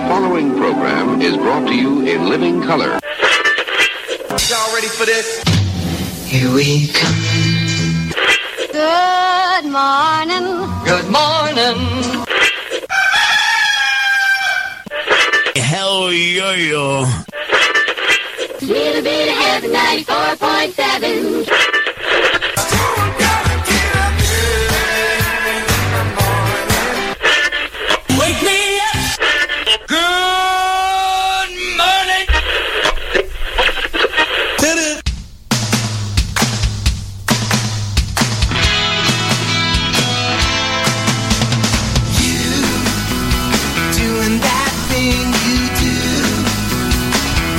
following program is brought to you in living color. Y'all ready for this? Here we come. Good morning. Good morning. Hell yo yo. Little bit of heaven, 94.7. Wake me up. Good morning. Did it. Doing that thing you do,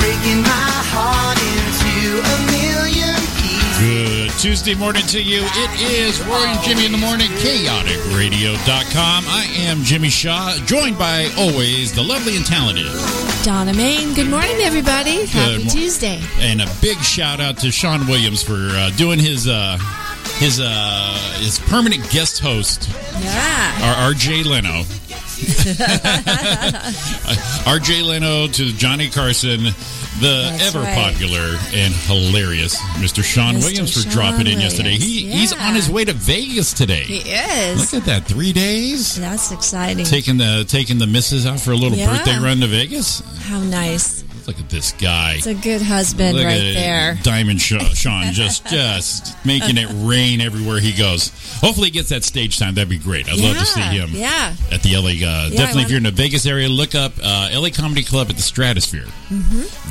breaking my heart into a million pieces. Good Tuesday morning to you. It is Roy and Jimmy in the morning, chaoticradio.com. I am Jimmy Shaw, joined by always the lovely and talented. Donna Main. Good morning, everybody. Happy mor- Tuesday. And a big shout out to Sean Williams for uh, doing his uh, his uh, his permanent guest host, Yeah. our RJ Leno. RJ Leno to Johnny Carson, the That's ever right. popular and hilarious Mr. Sean Mr. Williams for Sean dropping in yesterday. Williams. He, He's Yeah. on his way to Vegas today. He is. Look at that, three days. That's exciting. Taking the taking the missus out for a little Yeah. birthday run to Vegas. How nice. Look at this guy. It's a good husband Look right at there. Diamond Sha- Sean just just making it rain everywhere he goes. Hopefully, he gets that stage time. That'd be great. I'd love to see him Yeah. at the LA. Uh, I definitely, if want- you're in the Vegas area, look up uh, LA Comedy Club at the Stratosphere.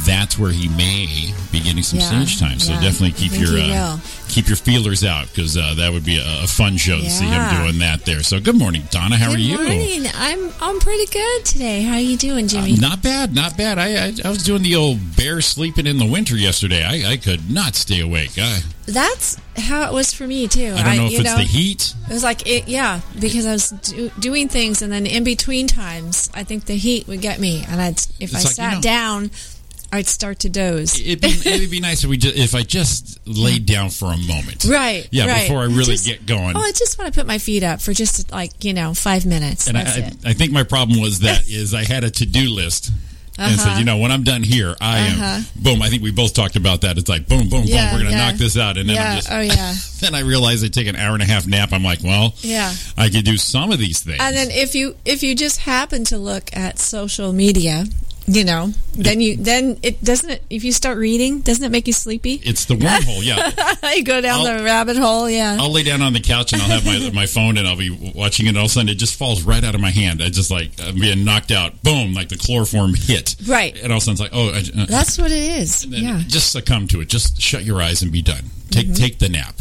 That's where he may be getting some Mm-hmm. Yeah, stage time. So yeah. definitely I keep think your he uh, will. keep your feelers out because uh, that would be a, a fun show to see him Yeah. doing that there. So good morning, Donna. How good are you? morning. I'm I'm pretty good today. How are you doing, Jimmy? Not bad, not bad. I, I I was doing the old bear sleeping in the winter yesterday. I, I could not stay awake. I, That's how it was for me too. I don't know if you it's the heat. It was like it, yeah, because I was do, doing things, and then in between times, I think the heat would get me, and I'd if I like, you sat know- down, I'd start to doze. It'd be, it'd be nice if we just, if I just laid down for a moment. Right. Yeah, right. before I really Just- get going. Oh, I just want to put my feet up for just like you know five minutes. and I, That's I, it. I think my problem was that is I had a to do list. And said, Uh-huh. you know, when I'm done here, I Uh-huh. am boom. I think we both talked about that. It's like boom, boom, Yeah, boom. We're gonna yeah. knock this out, and then yeah. I'm just. oh yeah. Then I realize I take an hour and a half nap. I'm like, well, Yeah. I could do some of these things. And then if you if you just happen to look at social media, you know, then you then it doesn't it if you start reading, doesn't it make you sleepy? it's the wormhole. Yeah, you go down I'll- the rabbit hole, yeah. I'll lay down on the couch and I'll have my my phone and I'll be watching it. And all of a sudden, it just falls right out of my hand. I just like I'm being knocked out. Boom! Like the chloroform hit. Right. And all of a sudden, it's like oh, I, uh, That's what it is. then Yeah. Mm-hmm. just succumb to it. Just shut your eyes and be done. Take take the nap.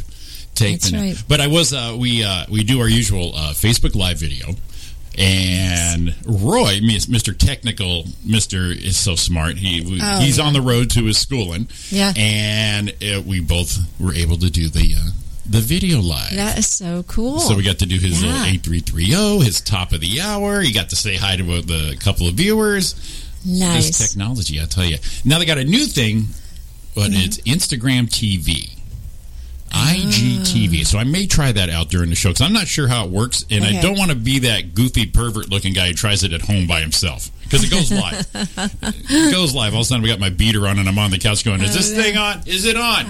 Take That's the nap. right. But I was uh, we uh, we do our usual uh, Facebook live video. And Roy, mis- Mr. Technical, Mr. is so smart. He we- Oh, he's on the road to his schooling. Yeah. and uh, we both were able to do the uh, the video live. That is so cool. So we got to do his Yeah. little eight three three zero, his top of the hour. He got to say hi to the couple of viewers. This nice. technology, I tell you. Now they got a new thing, but Mm-hmm. it's Instagram TV. IGTV. So I may try that out during the show because I'm not sure how it works, and I Ah. Okay. don't want to be that goofy pervert looking guy who tries it at home by himself because it goes live. it goes live. All of a sudden, we got my beater on, and I'm on the couch going, "Is this Oh, thing on? Is it on?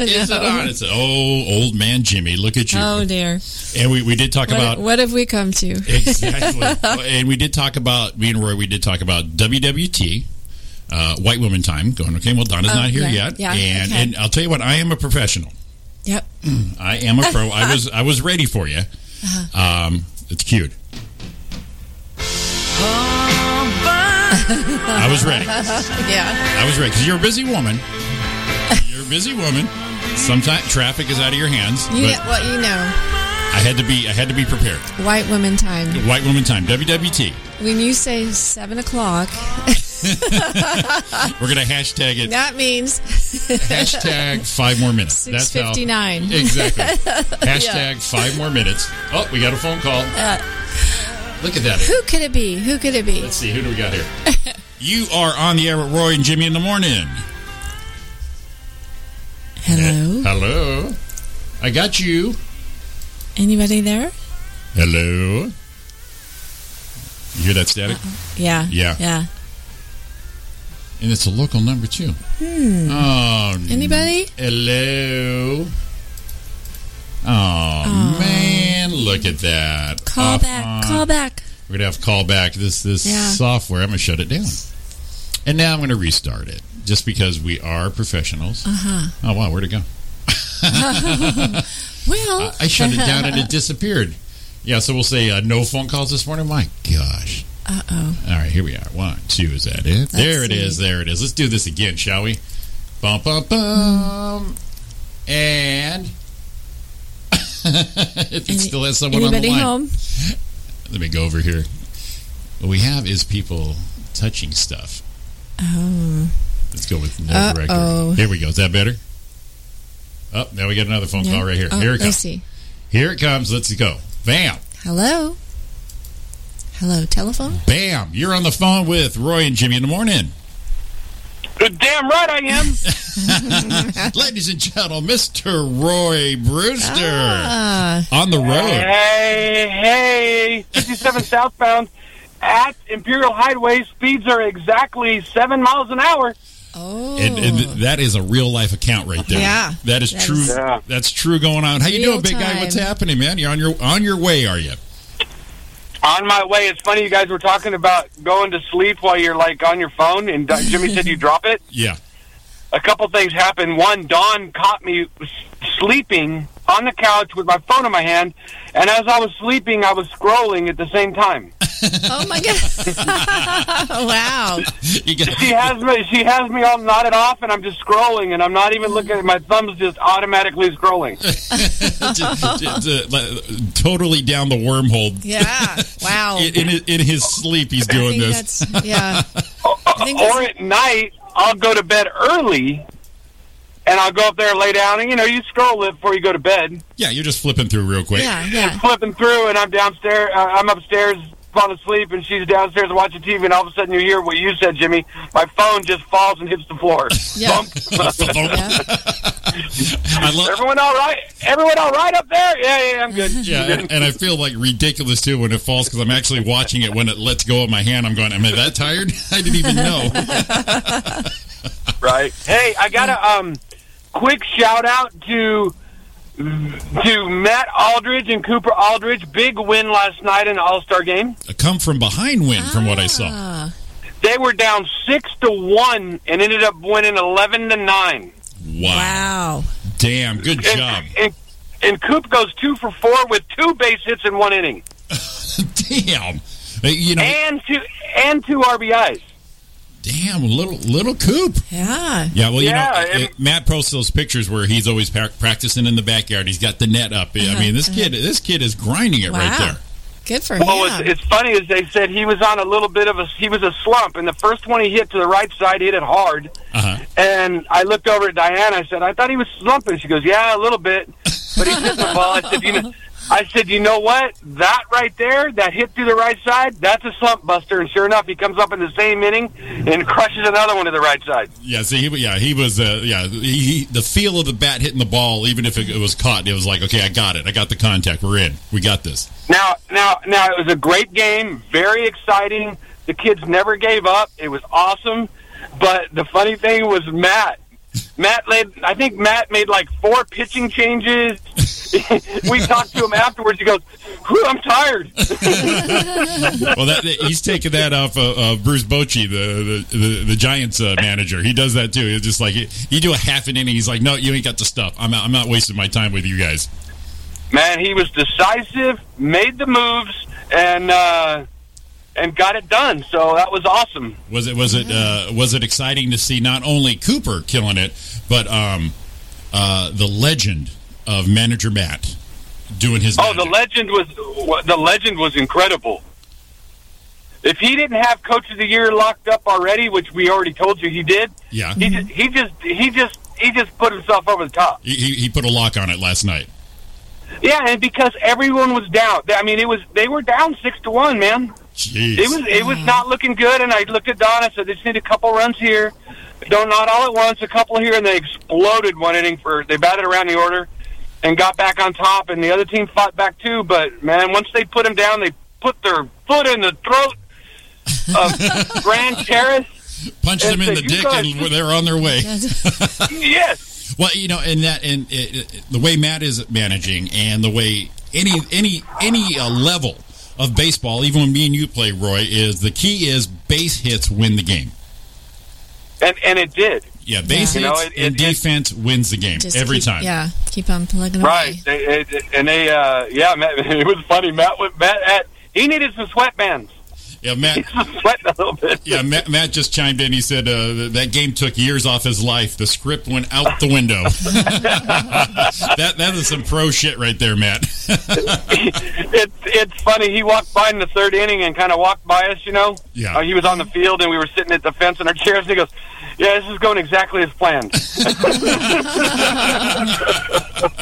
Is it on?" It's oh, old man Jimmy, look at you. Oh dear. and we, we did talk What, about what have we come to? Exactly. Well, and we did talk about me and Roy. We did talk about WWT. Uh, white woman time going okay well donna's Oh, not here yeah, yet yeah, and okay. and i'll tell you what i am a professional Yep. i am a pro i was i was ready for you Uh-huh. um it's cute i was ready Yeah. i was ready because you're a busy woman you're a busy woman sometimes traffic is out of your hands You but know, well, you know, i had to be i had to be prepared white women time. white woman time wwt When you say seven o'clock, we're gonna hashtag it that means Hashtag five more minutes. That's how. 659. Exactly. Hashtag five more minutes. Oh, we got a phone call. Look at that. Who could it be? Who could it be? Let's see. Who do we got here? You are on the air with Roy and Jimmy in the morning. Hello? Hello. I got you. Anybody there? Hello. You hear that static? Yeah. Yeah. Yeah. And it's a local number too. Hmm. Oh, n- Anybody? hello. Oh, man, look at that. Call Off back. on- Call back. We're gonna have to call back this this Yeah. software. I'm gonna shut it down, and now I'm gonna restart it just because we are professionals. Uh-huh. Oh wow, where'd it go? Well, I, I shut it down and it disappeared. Yeah, so we'll say uh, no phone calls this morning. My gosh. uh oh. All right, here we are. One, two. Is that it? there it see. is. There it is. Let's do this again, shall we? Bum bum bum. And if it Any- still has someone on the Anybody line. home? Let me go over here. What we have is people touching stuff. Oh. Let's go with no Uh-oh. record. Here we go. Is that better? Oh, now we got another phone No? call right here. Oh, here it I comes. see. Here it comes. Let's go. Bam. Hello. Hello, telephone. Bam. You're on the phone with Roy and Jimmy in the morning. Damn right I am. Ladies and gentlemen, Mr. Roy Brewster Ah, on the road. Hey, hey, 57 southbound at Imperial Highway. Speeds are exactly seven miles an hour. oh, And, and that is a real life account right there. Yeah. That is That true. is- Yeah. That's true going on. How you doing, Real big guy? What's time. happening, man? You're on your on your way, are you? On my way. It's funny you guys were talking about going to sleep while you're like on your phone, and Don- Jimmy said you drop it. Yeah. A couple things happened. One, Dawn caught me s- sleeping on the couch with my phone in my hand, and as I was sleeping, I was scrolling at the same time. oh my god! wow. You got- She has me. She has me all knotted off, and I'm just scrolling, and I'm not even looking. at My thumbs just automatically scrolling. to- to- to- totally down the wormhole. Yeah. Wow. In, in, his- in his sleep, he's I doing think this. Oh. that's yeah. I think or that's- at night, I'll go to bed early, and I'll go up there and lay down, and you know, you scroll it before you go to bed, Yeah, you're just flipping through real quick. yeah, yeah. flipping through, and I'm downstairs, uh, I'm upstairs falling asleep, and she's downstairs watching TV, and all of a sudden you hear what you said, Jimmy. My phone just falls and hits the floor. Yeah. Bump. I love. Everyone all right? Everyone all right up there? Yeah, yeah, I'm good. Yeah, and, and I feel like ridiculous too when it falls because I'm actually watching it when it lets go of my hand. I'm going, am I that tired? I didn't even know. Right. Hey, I got a um, quick shout out to to Matt Aldridge and Cooper Aldridge. Big win last night in the All Star game. A come from behind win from what I saw. Ah, They were down six to one and ended up winning eleven to nine. Wow. wow. Damn, good And, job. and, and Coop goes two for four with two base hits in one inning damn. Uh, You know, and two and two RBIs. damn little little coop. Yeah. Yeah, well, you Yeah, know, and- it- Matt posts those pictures where he's always pra- practicing in the backyard. He's got the net up. I mean, this kid, this kid is grinding it right Wow. there. Good for Well, him. it's, it's funny is they said he was on a little bit of a he was a slump, and the first one he hit to the right side hit it hard. Uh-huh. And I looked over at Diane. I said, "I thought he was slumping." She goes, "Yeah, a little bit, but he's hitting the ball." I said, "You know." I said, you know what? That right there, that hit through the right side, that's a slump buster. And sure enough, he comes up in the same inning and crushes another one to the right side. Yeah, see, he, yeah, he was, uh, yeah, he, he- the feel of the bat hitting the ball, even if it, it was caught, it was like, okay, I got it, I got the contact, we're in, we got this. Now, now, now, it was a great game, very exciting. The kids never gave up. It was awesome. But the funny thing was Matt. Matt led. I think Matt made like four pitching changes. we talked to him afterwards. He goes, "Whew, "I'm tired." Well, that, he's taking that off of uh, Bruce Bochy, the the, the, the Giants uh, manager. He does that too. He's just like, you do a half an inning, he's like, no, you ain't got the stuff. I'm not, I'm not wasting my time with you guys. Man, he was decisive, made the moves, and uh, and got it done. So that was awesome. Was it was it uh, was it exciting to see not only Cooper killing it, but um, uh, the legend of manager Matt doing his Oh, the magic. legend was the legend was incredible. If he didn't have Coach of the Year locked up already, which we already told you he did, yeah. he just he just he just he just put himself over the top. He, he, he put a lock on it last night. Yeah, and because everyone was down, I mean, it was they were down six to one, man. Jeez. It was it was not looking good, and I looked at Don. I said, "They just need a couple runs here, don't not all at once, a couple here," and they exploded one inning for they batted around the order and got back on top, and the other team fought back too. But man, once they put them down, they put their foot in the throat of Grand Terrace. Punch And them in the so you dick, guys- and they're on their way. Yes. Well, you know, and that and it, it- the way Matt is managing, and the way any any any uh, level of baseball, even when me and you play, Roy, is the key is base hits win the game. And, and it did. Yeah, base You know, hits it- and it- it- defense wins the game Just every keep- time. Yeah, keep on plugging Right. away. They, it, it- and they, uh, yeah, Matt, it was funny. Matt, went- Matt, Matt, he needed some sweatbands. yeah Matt. He's sweating a little bit. Yeah, Matt, Matt just chimed in. He said uh, th- that game took years off his life. The script went out the window. that that is some pro shit right there, Matt. it's it's funny. He walked by in the third inning and kind of walked by us, you know. Yeah. Uh, he was on the field and we were sitting at the fence in our chairs. And he goes, "Yeah, this is going exactly as planned."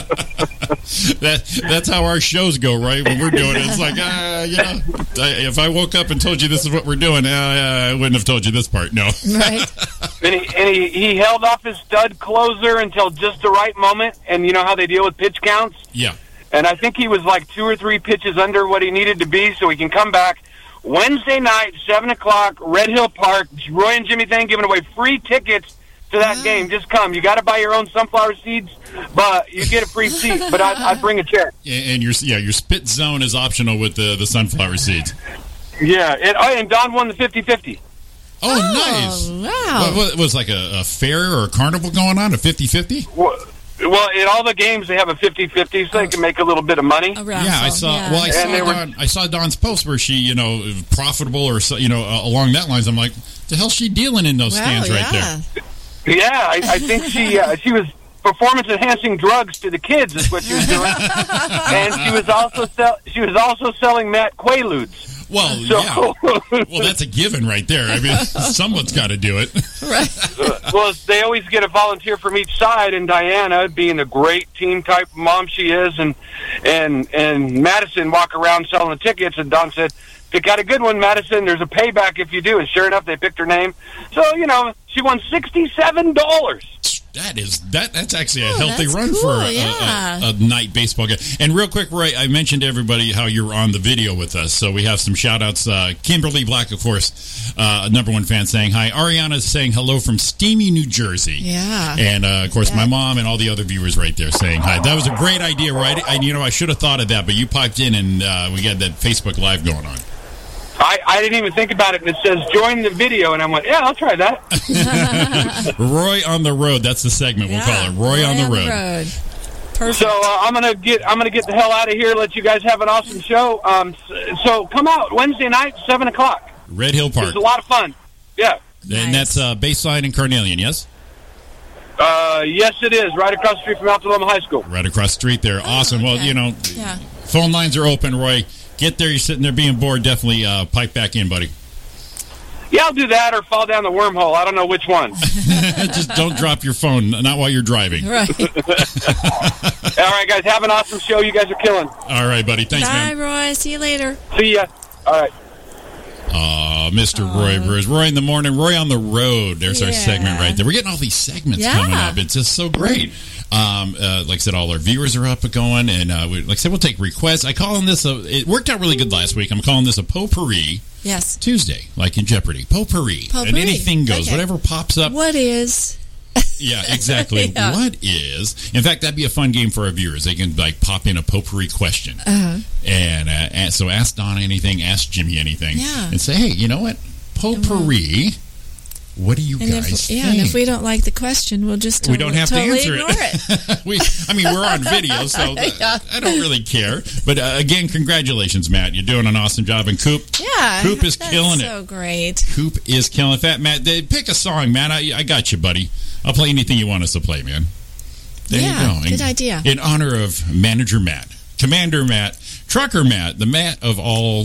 that that's how our shows go, right? When we're doing it, it's like, uh, you know, I, if I woke up and told you this is what we're doing, uh, I wouldn't have told you this part. No, Right. and he, and he, he held off his stud closer until just the right moment. And you know how they deal with pitch counts. yeah, And I think he was like two or three pitches under what he needed to be, so he can come back. Wednesday night, seven o'clock, Red Hill Park. Roy and Jimmy Thang giving away free tickets to that game. Just come. You got to buy your own sunflower seeds, but you get a free seat. But I, I bring a chair. and, and your yeah your spit zone is optional with the the sunflower seeds. Yeah, and, oh, and Don won the 50-50. Oh, nice. wow. What, what, was like a, a fair or a carnival going on? A 50-50? Well, well, in all the games they have a 50-50, so they can make a little bit of money. Yeah, A raffle, I saw. yeah. Well, I saw, they were- Dawn, I saw Dawn's post where she, you know, profitable or so, you know uh, along that lines. I'm like, the hell's she dealing in those Wow, stands right yeah. there? Yeah, I, I think she uh, she was performance enhancing drugs to the kids is what she was doing, and she was also sell, she was also selling Matt Quaaludes. Well, So, yeah. Well, that's a given right there. I mean, someone's got to do it. well, they always get a volunteer from each side, and Diana, being the great team type mom she is, and and and Madison walk around selling the tickets, and Don said. Pick out a good one, Madison. There's a payback if you do. And sure enough, they picked her name. So, you know, she won $67. That is that. That's actually a Oh, healthy that's run cool, for a, a- yeah. a, a night baseball game. And real quick, Roy, I mentioned to everybody how you're on the video with us, so we have some shout outs. Uh, Kimberly Black, of course, uh, number one fan, saying hi. Ariana is saying hello from steamy New Jersey. Yeah. and uh, of course, my mom and all the other viewers right there saying hi. That was a great idea, right? And you know, I should have thought of that, but you popped in and uh, we got that Facebook Live going on. I, I didn't even think about it. And it says join the video, and I went, yeah, I'll try that. Roy on the road. That's the segment we'll call it. Roy, on, the road. Perfect. So uh, I'm gonna get I'm gonna get the hell out of here. Let you guys have an awesome show. Um, s- so come out Wednesday night, seven o'clock. Red Hill It Park, was a lot of fun. Yeah. and Nice. that's uh, Baseline and Carnelian. Yes. Uh, yes, it is right across the street from Altaloma High School. Right across the street there. awesome. Well, Oh, okay. you know, Yeah. phone lines are open, Roy. Get there. You're sitting there being bored. Definitely uh, pipe back in, buddy. Yeah, I'll do that or fall down the wormhole. I don't know which one. Just don't drop your phone, not while you're driving. Right. All right, guys, have an awesome show. You guys are killing. All right, buddy. Thanks, Bye, man. Roy. See you later. See ya. All right. Uh, Mr. Roy Brewers. Roy in the morning, Roy on the road. There's our Yeah. segment right there. We're getting all these segments Yeah. coming up. It's just so great. Um, uh, like I said, all our viewers are up and going. And uh, we, like I said, we'll take requests. I call on this, a, it worked out really good last week. I'm calling this a potpourri Yes. Tuesday, like in Jeopardy. Potpourri. And Potpourri. anything goes. Okay. Whatever pops up. What is? Yeah, exactly. Yeah. What is? In fact, that'd be a fun game for our viewers. They can like pop in a potpourri question, and, uh, and so ask Donna anything, ask Jimmy anything, Yeah. and say, hey, you know what, potpourri. What do you And guys if, yeah, and think? if we don't like the question, we'll just We totally, don't have to totally answer it. ignore it. we, I mean, we're on video, so Yeah. I don't really care. But uh, again, congratulations, Matt. You're doing an awesome job, and Coop. Yeah. Coop is that's killing it. So great. Coop is killing. Fat Matt, they, pick a song, man. I, I got you, buddy. I'll play anything you want us to play, man. There Yeah, you go. In- good idea. In honor of Manager Matt, Commander Matt, Trucker Matt, the Matt of all,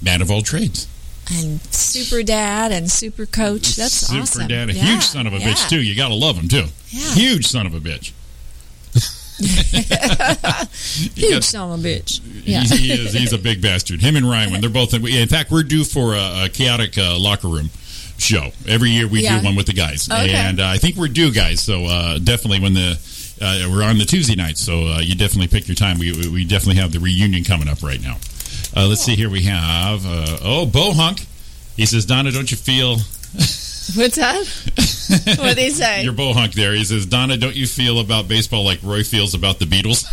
Matt of all trades. And super dad and super coach. That's Super awesome. dad, a Yeah, huge son of a yeah. bitch too. You gotta love him too. Yeah. Huge son of a bitch. You Huge got- son of a bitch. Yeah. He's, he is. He's a big bastard. Him and Ryan, they're both. In, in fact, we're due for a, a chaotic uh, locker room show every year. We Yeah. do one with the guys, Okay. and uh, I think we're due, guys. So uh, definitely when the uh, we're on the Tuesday night, so uh, you definitely pick your time. We we- we definitely have the reunion coming up right now. Uh, let's see here. We have uh, oh Bo Hunk. He says, Donna, don't you feel What's that? What'd he say? Your bohunk there. He says, Donna, don't you feel about baseball like Roy feels about the Beatles?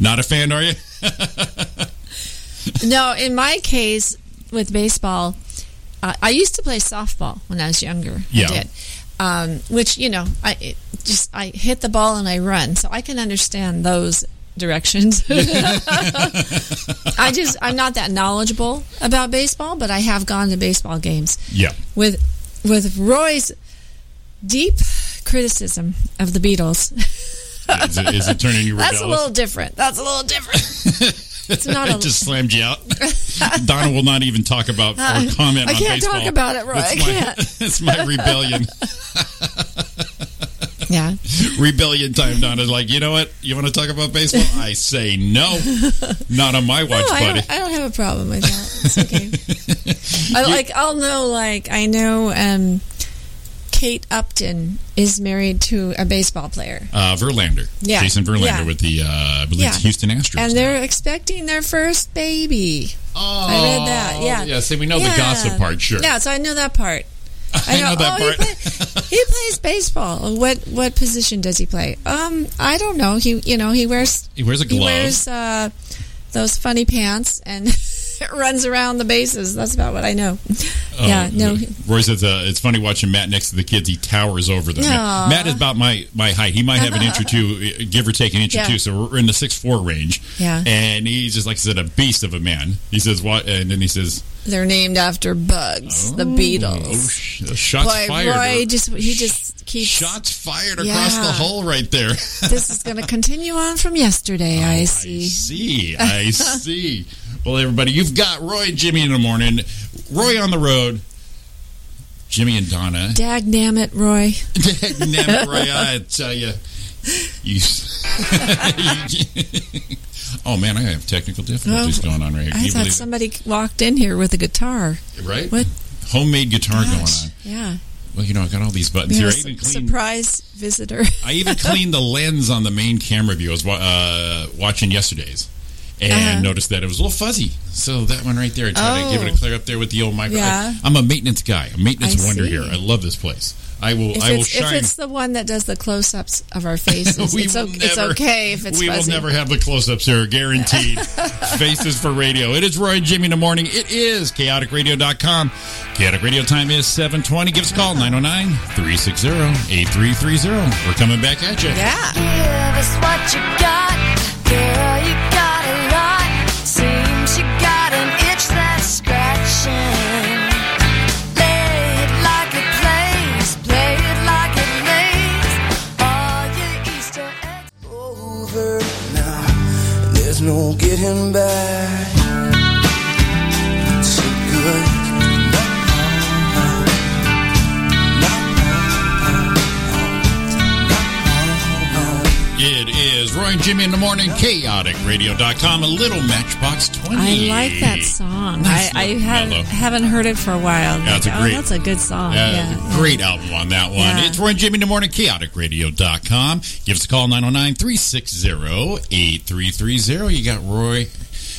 Not a fan, are you? No, in my case with baseball, uh, I used to play softball when I was younger. Yeah. I did. Um, which you know, I it just I hit the ball and I run, so I can understand those directions. I just I'm not that knowledgeable about baseball, but I have gone to baseball games Yeah. with with Roy's deep criticism of the Beatles. Is it, is it turning you rebellious? That's a little different. That's a little different. it's not a I just slammed you out. Donna will not even talk about or comment Uh, on I can't baseball. talk about it, Roy. That's I my, can't. That's my rebellion. yeah. rebellion time, Donna's like, you know what? You want to talk about baseball? I say no. Not on my watch, no, I buddy. don't, I don't have a problem with that. It's okay. I like. I'll know. Like I know. Um, Kate Upton is married to a baseball player, Uh, Verlander. Yeah. Jason Verlander Yeah. with the, uh, I believe it's Yeah. Houston Astros. and now. they're expecting their first baby. Oh, I read that. Yeah. Yeah. See, we know Yeah. the gossip part. Sure. Yeah, so I know that part. I know that oh, part. He, play- he plays baseball. What what position does he play? Um, I don't know. He you know he wears He wears a he glove. wears uh, those funny pants and runs around the bases. That's about what I know. Oh, yeah, no, the- Roy says uh, it's funny watching Matt next to the kids. He towers over them. Aw. Uh-huh. Matt, Matt is about my, my height. He might have an inch or two, uh, give or take an inch Yeah. or two. So we're in the six four range. Yeah. And he's just like I said, a beast of a man. He says what, and then he says, they're named after bugs, the "Oh, Beatles. sh- shots Boy, fired." Roy or- just he just keeps. Shots fired across Yeah. the hole right there. This is going to continue on from yesterday. I Oh, I see. see. I see. Well, everybody, you've got Roy and Jimmy in the morning, Roy on the road, Jimmy and Donna. Dag it, Roy. Damn it, Roy, I tell you. You. oh, man, I have technical difficulties Oh, going on right here. Can I you thought believe it? somebody walked in here with a guitar. Right? what? Homemade guitar going Gosh, on. Yeah. Well, you know, I got all these buttons We here. had I a even, su- cleaned, surprise visitor. I even cleaned the lens on the main camera view. I was wa- uh, watching yesterday's and Uh-huh. noticed that it was a little fuzzy. So that one right there, I tried to give it Oh. a clear up there with the old micro. Yeah. I, am a maintenance guy, a maintenance I wonder see. here. I love this place. I will, If I will it's, if shine. it's the one that does the close-ups of our faces, We it's, will o- it's never- okay if it's we fuzzy. will never have the close-ups here, guaranteed. Faces for radio. It is Roy and Jimmy in the morning. It is chaoticradio.com. Chaotic Radio time is 720. Give us a call, 909-360-8330. We're coming back at you. Yeah. Give us what you got. Girl, you got a lot. Seems you got an itch that's scratching. Play it like it plays. Play it like it lays. All your Easter eggs. over now. There's no getting back. So good. No, no, no, no, no, no, no. It is Roy and Jimmy in the morning. Chaoticradio.com. A little Matchbox 20. I like that song. Nice I, I little mellow. have, haven't heard it for a while. Yeah, it's a Like, great- oh, that's a good song. Uh, yeah. Great album on that one. Yeah. It's Roy and Jimmy in the morning, chaoticradio.com. Give us a call, 909-360-8330. oh. You got Roy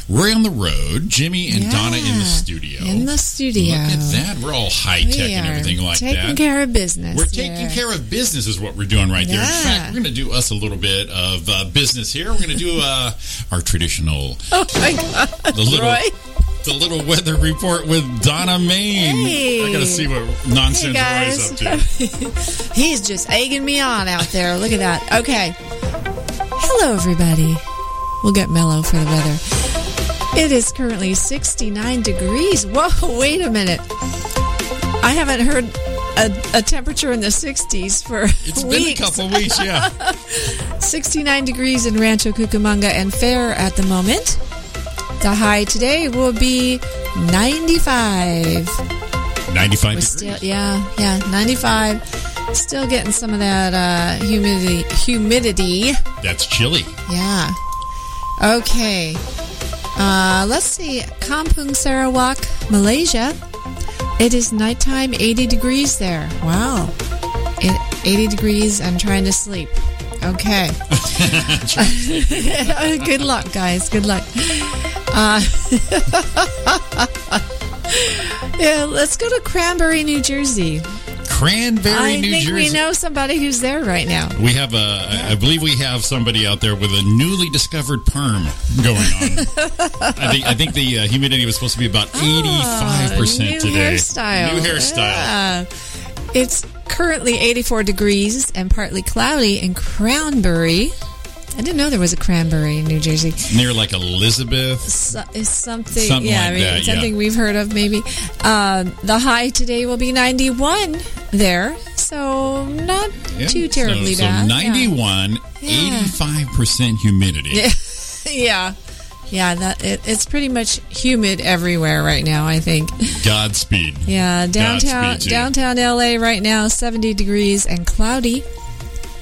Roy on the road, Jimmy and Yeah. Donna in the studio. In the studio. Look at that. We're all We high-tech and are everything like taking that. care of business. We're taking here. care of business, is what we're doing right there. In Yeah. fact, we're going to do us a little bit of uh, business here. We're going to do uh, our traditional, Oh my God, the little, Roy. the little weather report with Donna Main. Hey. I got to see what Hey nonsense Roy's guys. up to. He's just egging me on out there. Look at that. Okay. Hello, everybody. We'll get mellow for the weather. It is currently 69 degrees. Whoa, wait a minute. I haven't heard a, a temperature in the 60s for It's weeks. been a couple weeks, yeah. 69 degrees in Rancho Cucamonga and Fair at the moment. The high today will be 95. 95 We're degrees. still, yeah, yeah, 95. Still getting some of that uh, humidity. Humidity, That's chilly. yeah. Okay. Uh, let's see. Kampung Sarawak, Malaysia. It is nighttime, 80 degrees there. Wow. It, 80 degrees. I'm trying to sleep. Okay. Good luck, guys. Good luck. Uh, yeah, let's go to Cranberry, New Jersey. Cranberry, I New think Jersey. we know somebody who's there right now. We have a, I I believe we have somebody out there with a newly discovered perm going on. I think I think the uh, humidity was supposed to be about eighty five Ah, new percent today. hairstyle. New hairstyle. Yeah. It's currently 84 degrees and partly cloudy in Cranberry. I didn't know there was a Cranberry in New Jersey. Near like Elizabeth. So, is something, Something yeah, like I mean, that, it's yeah. something we've heard of maybe. Um, the high today will be 91 there, so not Yeah. too terribly so, bad. So yeah. 91, Yeah. 85% humidity. yeah. Yeah, that it, it's pretty much humid everywhere right now, I think. Godspeed. Yeah, downtown Godspeed to you. downtown LA right now 70 degrees and cloudy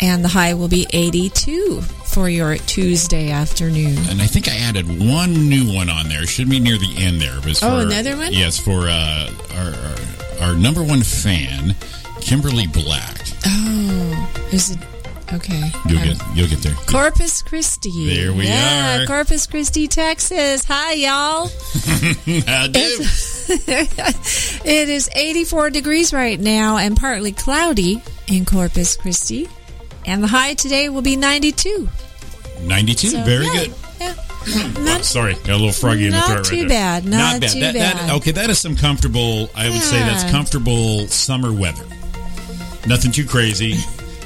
and the high will be 82 for your Tuesday afternoon. And I think I added one new one on there. Should be near the end there. It was Oh, for- another one? Yes, for uh, our, our, our number one fan, Kimberly Black. Oh, is it okay. You'll I'm- get you'll get there. Corpus Christi. There we yeah, are. Corpus Christi, Texas. Hi, y'all. I do. It is 84 degrees right now and partly cloudy in Corpus Christi. And the high today will be 92. 92. So, Very yeah, good. Yeah. Oh, sorry, got a little froggy in the not throat right too there. bad, not too That- that- bad. okay, that is some comfortable, I would say that's Yeah. comfortable summer weather. Nothing too crazy.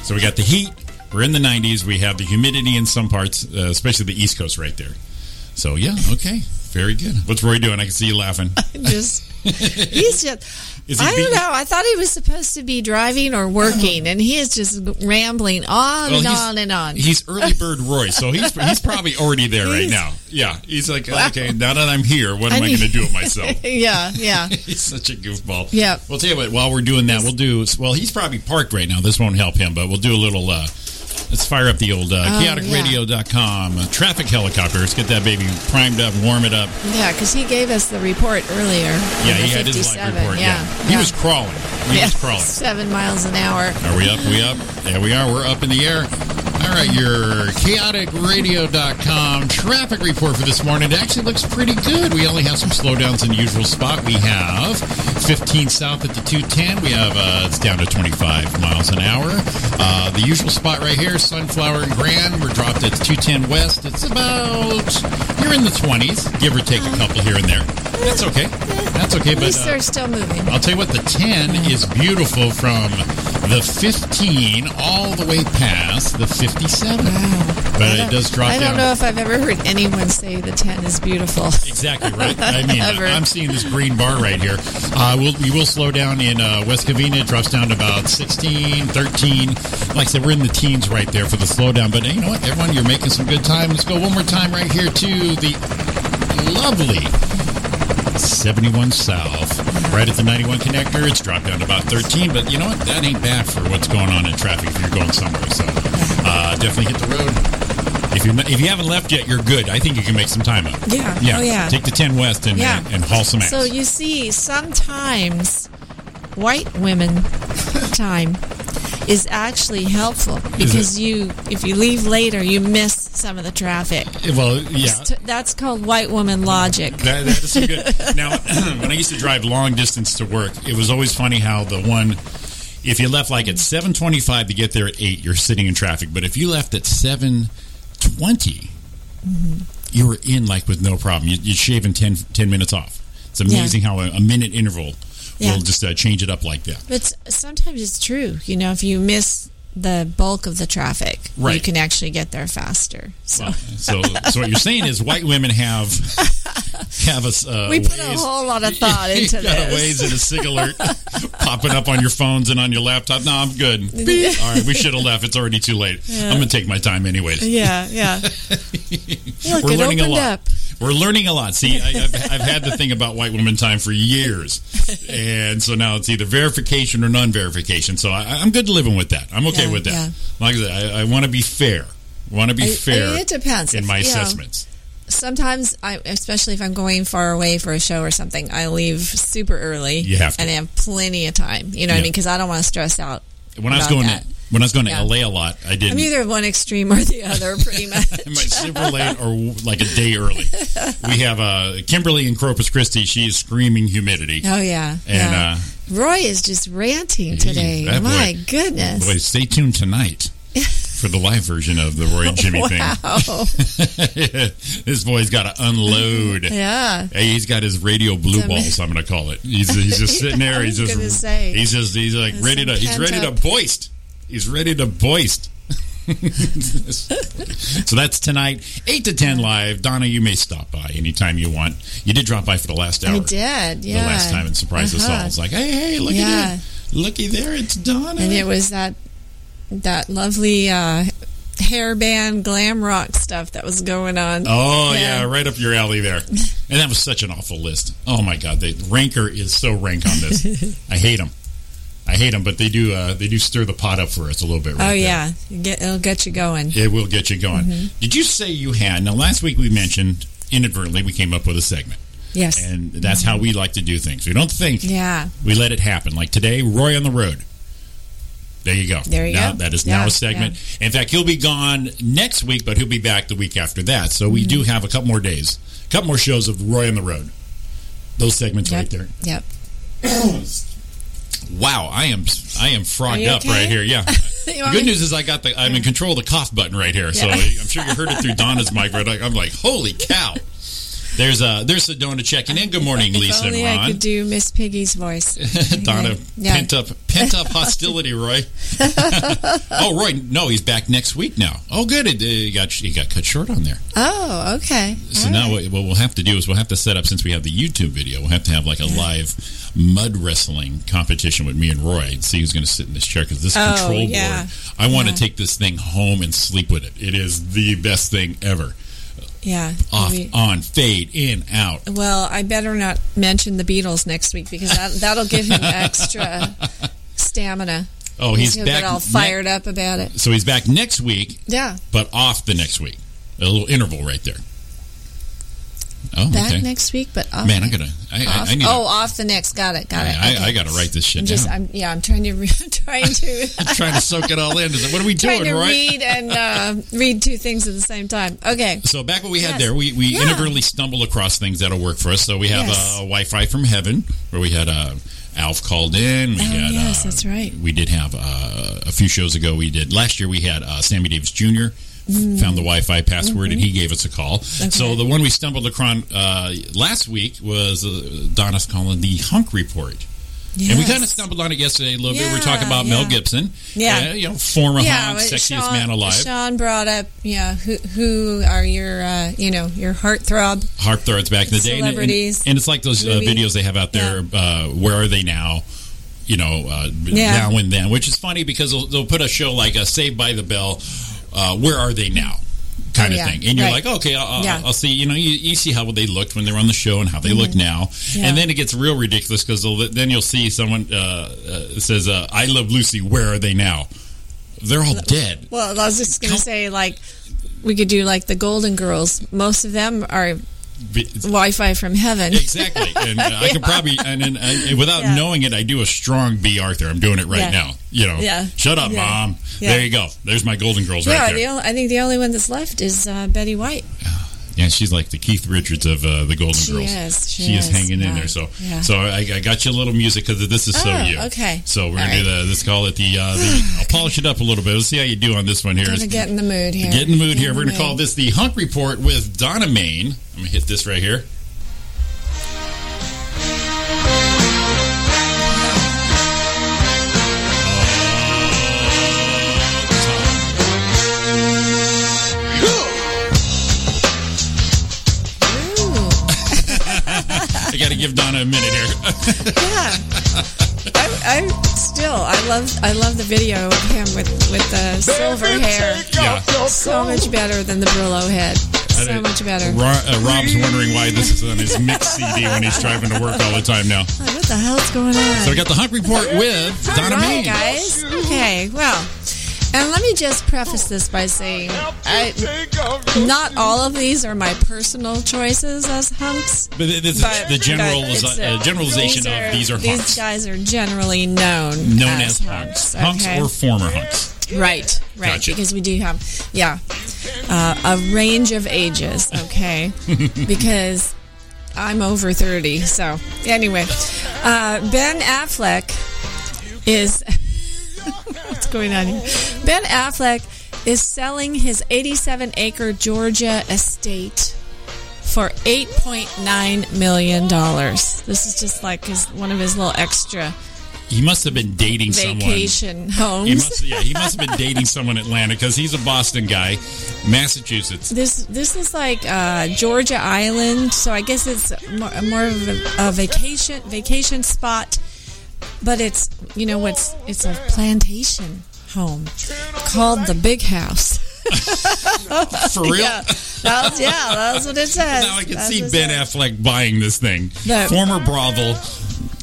so we got the heat. We're in the 90s. We have the humidity in some parts, uh, especially the East Coast right there. So, yeah, okay. Very good. What's Roy doing? I can see you laughing. just he's just Is he I beating- don't know. I thought he was supposed to be driving or working, and he is just rambling on Well, and he's- on and on. He's early bird Roy, so he's he's probably already there right He's- now. Yeah, he's like, okay, now that I'm here, what am I I need- going to do with myself? yeah, yeah. He's such a goofball. Yeah. Well, tell you what. While we're doing that, we'll do. Well, he's probably parked right now. This won't help him, but we'll do a little. uh Let's fire up the old uh, Oh, chaoticradio.com uh, traffic helicopter. Let's get that baby primed up, warm it up. Yeah, because he gave us the report earlier. Yeah, on the he had his life 57. report. Yeah. yeah. He was crawling. He Yeah. was crawling. Seven miles an hour. Are we up? We up? Yeah, we are. We're up in the air. All right, your chaoticradio.com traffic report for this morning. It actually looks pretty good. We only have some slowdowns in the usual spot. We have 15 south at the 210. We have, uh, it's down to 25 miles an hour. Uh, the usual spot right here, Sunflower and Grand, we're dropped at 210 west. It's about, you're in the 20s, give or take a couple here and there. That's okay. That's okay, At but. least uh, they're still moving. I'll tell you what, the 10 is beautiful from the 15 all the way past the 57. But I it don't- does drop I down. don't know if I've ever heard anyone say the ten is beautiful. Exactly right. I mean, Ever. I'm seeing this green bar right here. Uh, we'll, we will slow down in uh, West Covina. It drops down to about 16, 13. Like I said, we're in the teens right there for the slowdown. But you know what, everyone, you're making some good time. Let's go one more time right here to the lovely 71 South, right at the 91 connector. It's dropped down to about 13, but you know what? That ain't bad for what's going on in traffic if you're going somewhere. So uh, definitely hit the road. If you if you haven't left yet, you're good. I think you can make some time up. Yeah. Yeah. Oh, yeah. Take the 10 West and Yeah. and haul some ass. So you see, sometimes white women time is actually helpful because you, if you leave later, you miss some of the traffic. well, yeah. T- That's called white woman logic. That, that is some good. Now, when I used to drive long distance to work, it was always funny how the one, if you left like at seven twenty-five to get there at eight, you're sitting in traffic. But if you left at seven Mm-hmm. you were in like with no problem. You, you'd shave in 10, 10 minutes off. It's amazing how a, a minute interval Yeah. will just uh, change it up like that. But s- sometimes it's true. You know, if you miss the bulk of the traffic, you Right. can actually get there faster. So. Well, so, so what you're saying is white women have have us. Uh, We put a ways- whole lot of thought into you got a ways this. and a sig alert popping up on your phones and on your laptop. No, I'm good. Beep. All right, we should have left. It's already too late. I'm gonna take my time anyways. Yeah, yeah. Look, We're it learning a opened lot. up. We're learning a lot. See, I, I've, I've had the thing about white women time for years, and so now it's either verification or non-verification. So I, I'm good living with that. I'm okay Yeah, with that. yeah. Like I said, I, I want to be fair. Want to be I- fair. it depends. in my If, you know, assessments. sometimes I, especially if I'm going far away for a show or something, I leave super early. You have to. and I have plenty of time. You know what Yeah. I mean? Because I don't want to stress out. when I was about going that. to When I was going to Yeah. LA a lot, I did. I'm either one extreme or the other, pretty much. I might super late or like a day early. We have uh, Kimberly in Corpus Christi. She is screaming humidity. Oh yeah. And yeah. uh, Roy is just ranting Gee, today. that My boy- goodness. boy, stay tuned tonight for the live version of the Roy and Jimmy wow. thing. this boy's got to unload. yeah. Hey, he's got his radio blue It's ama- balls. I'm going to call it. He's, he's just sitting I there. He's was just gonna say. he's just he's like That's ready some to he's ready to pent-up- boist. He's ready to boist. so that's tonight, eight to ten live. Donna, you may stop by anytime you want. You did drop by for the last hour, I did. Yeah. the last time, and surprise us all. Uh-huh. It's like, hey, hey, looky Yeah. there, looky there, it's Donna. And it was that that lovely uh, hair band glam rock stuff that was going on. Oh yeah. Yeah. right up your alley there. And that was such an awful list. Oh my god, the ranker is so rank on this. I hate them. I hate them, but they do uh, they do stir the pot up for us a little bit. Right Oh there. yeah, Mm-hmm. You get, it'll get you going. it will get you going. Did you say you had? Now last week we mentioned inadvertently we came up with a segment, Yes. and that's how we like to do things. We don't think yeah. we let it happen. Like today, Roy on the road. There you go. There you now, go. That is Yeah, now a segment. In fact, he'll be gone next week, but he'll be back the week after that. So we Mm-hmm. do have a couple more days, a couple more shows of Roy on the road. Those segments Yep. right there. Yep. Wow, I am I am frogged you up okay? right here. Yeah. You The want good me- news is I got the I'm in control of the cough button right here. So Yeah. I'm sure you heard it through Donna's mic. Right? I'm like, holy cow. There's uh there's Sedona checking in. Good morning, If Lisa only and Ron. I could do Miss Piggy's voice. Donna, Yeah. pent up, pent up hostility, Roy. oh, Roy, no, he's back next week now. Oh, good, it, it got he got cut short on there. Oh, okay. So now what, what we'll have to do is we'll have to set up since we have the YouTube video, we'll have to have like a live mud wrestling competition with me and Roy and see who's going to sit in this chair because this Oh, control yeah. board, I want to take this thing home and sleep with it. It is the best thing ever. Yeah. Off, We- on, fade in, out. well, I better not mention the Beatles next week because that, that'll give him extra stamina. Oh, he's, gonna back. get all ne- fired up about it. so he's back next week, Yeah. but off the next week. A little interval right there. Oh, Back okay. next week, but off. Man, I'm gonna. I, I, off- I need. oh, to, off the next. Got it. Got it. I, I, Okay. gotta write this shit I'm just, down. I'm, yeah, I'm trying to, re- I'm trying I'm to, trying to soak it all in. Is it- What are we trying doing, to right? read and uh, read two things at the same time. Okay. So back what we had Yes. there, we, we Yeah. inadvertently stumbled across things that'll work for us. So we have Yes. uh, Wi-Fi from heaven, where we had uh, Alf called in. We Oh, had, yes, uh, that's right. We did have uh, a few shows ago. We did last year. We had uh, Sammy Davis Jr. Found the Wi-Fi password and he Mm-hmm. gave us a call. So the one we stumbled across uh, last week was uh, Donna's calling the Hunk Report, and we Yes. kind of stumbled on it yesterday a little bit. We were Yeah, talking about Mel yeah. Gibson, Yeah. uh, you know, former yeah, hunk, well, sexiest Sean, man alive. Sean brought up, yeah, who who are your, uh, you know, your heartthrob? heartthrobs back in the day. And- and- Celebrities. And, it's like those uh, Movie. videos they have out there. Uh, where are they now? You know, uh, Yeah. now and then, which is funny because they'll, they'll put a show like a Saved by the Bell. Uh, where are they now? Kind Oh, of yeah. thing, and you're Right. like, okay, I'll, I'll- Yeah. Mm-hmm. I'll see. You know, you, you see how they looked when they were on the show and how they look now, Yeah. and then it gets real ridiculous because then you'll see someone uh, uh, says, uh, "I love Lucy." Where are they now? They're all dead. Well, I was just going to Come- say, like, we could do like the Golden Girls. Most of them are Be- Wi-Fi from heaven. Exactly, and uh, I can probably, and, and, I without Yeah. knowing it, I do a strong B. Arthur. I'm doing it right Yeah. now. You know, Yeah. shut up, Yeah. mom. Yeah. There you go. There's my Golden Girls yeah, right the there. only, I think the only one that's left is uh, Betty White. Yeah, she's like the Keith Richards of uh, the Golden She Girls. is, she is, is, hanging in yeah, there. So, yeah. so I, I got you a little music because this is so Oh, you. okay. So we're All gonna do the, let's call it the. Uh, the I'll polish it up a little bit. Let's see how you do on this one here. Gonna It's- get in the mood here. Get in the mood here. We're going to call this the Hunk Report with Donna Main. I'm going to hit this right here. Ooh, I got to give Donna a minute here. yeah. I, I still, I love, I love the video of him with with the silver hair. Yeah. So much better than the Brillo head. So much better. Ro- uh, Rob's wondering why this is on his mix CD when he's driving to work all the time now. Like, what the hell's going on? So we got the Hunk Report with Donna All right, Main. guys. Okay, well, and let me just preface this by saying, I, not all of these are my personal choices as hunks. But this is But, the general but it's a- uh, generalization these are- of these are These hunks, guys are generally known known as as, hunks, hunks okay? or former hunks. Right, right. Gotcha. Because we do have, yeah, uh, a range of ages, okay? because I'm over 30. So, anyway, uh, Ben Affleck is. what's going on here? Ben Affleck is selling his 87 acre Georgia estate for $8.9 million. This is just like his, one of his little extra He must have been dating someone. vacation homes. He must, yeah, he must have been dating someone in Atlanta because he's a Boston guy, Massachusetts. This this is like uh, Georgia Island, so I guess it's more, more of a, a vacation vacation spot. But it's you know what's it's a plantation home called the Big House. For real? Yeah, that's, yeah, that's what it says. Now I can That's see what it Ben says. Affleck buying this thing. No. Former brothel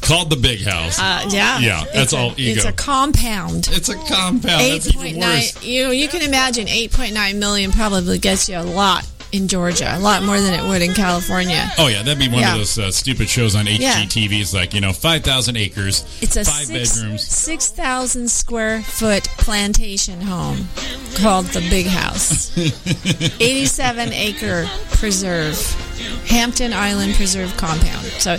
called the Big House. Uh, yeah, Yeah, It's that's a- all ego. It's a compound. it's a compound. That's Eight even point nine. worse. You know, you can imagine eight point nine million probably gets you a lot in Georgia, a lot more than it would in California. Oh yeah, that'd be one Yeah. of those uh, stupid shows on Yeah. HGTV. It's like you know, five thousand acres, It's a five six- bedrooms. 6,000 square foot plantation home called the Big House. 87 acre preserve, Hampton Island Preserve Compound. So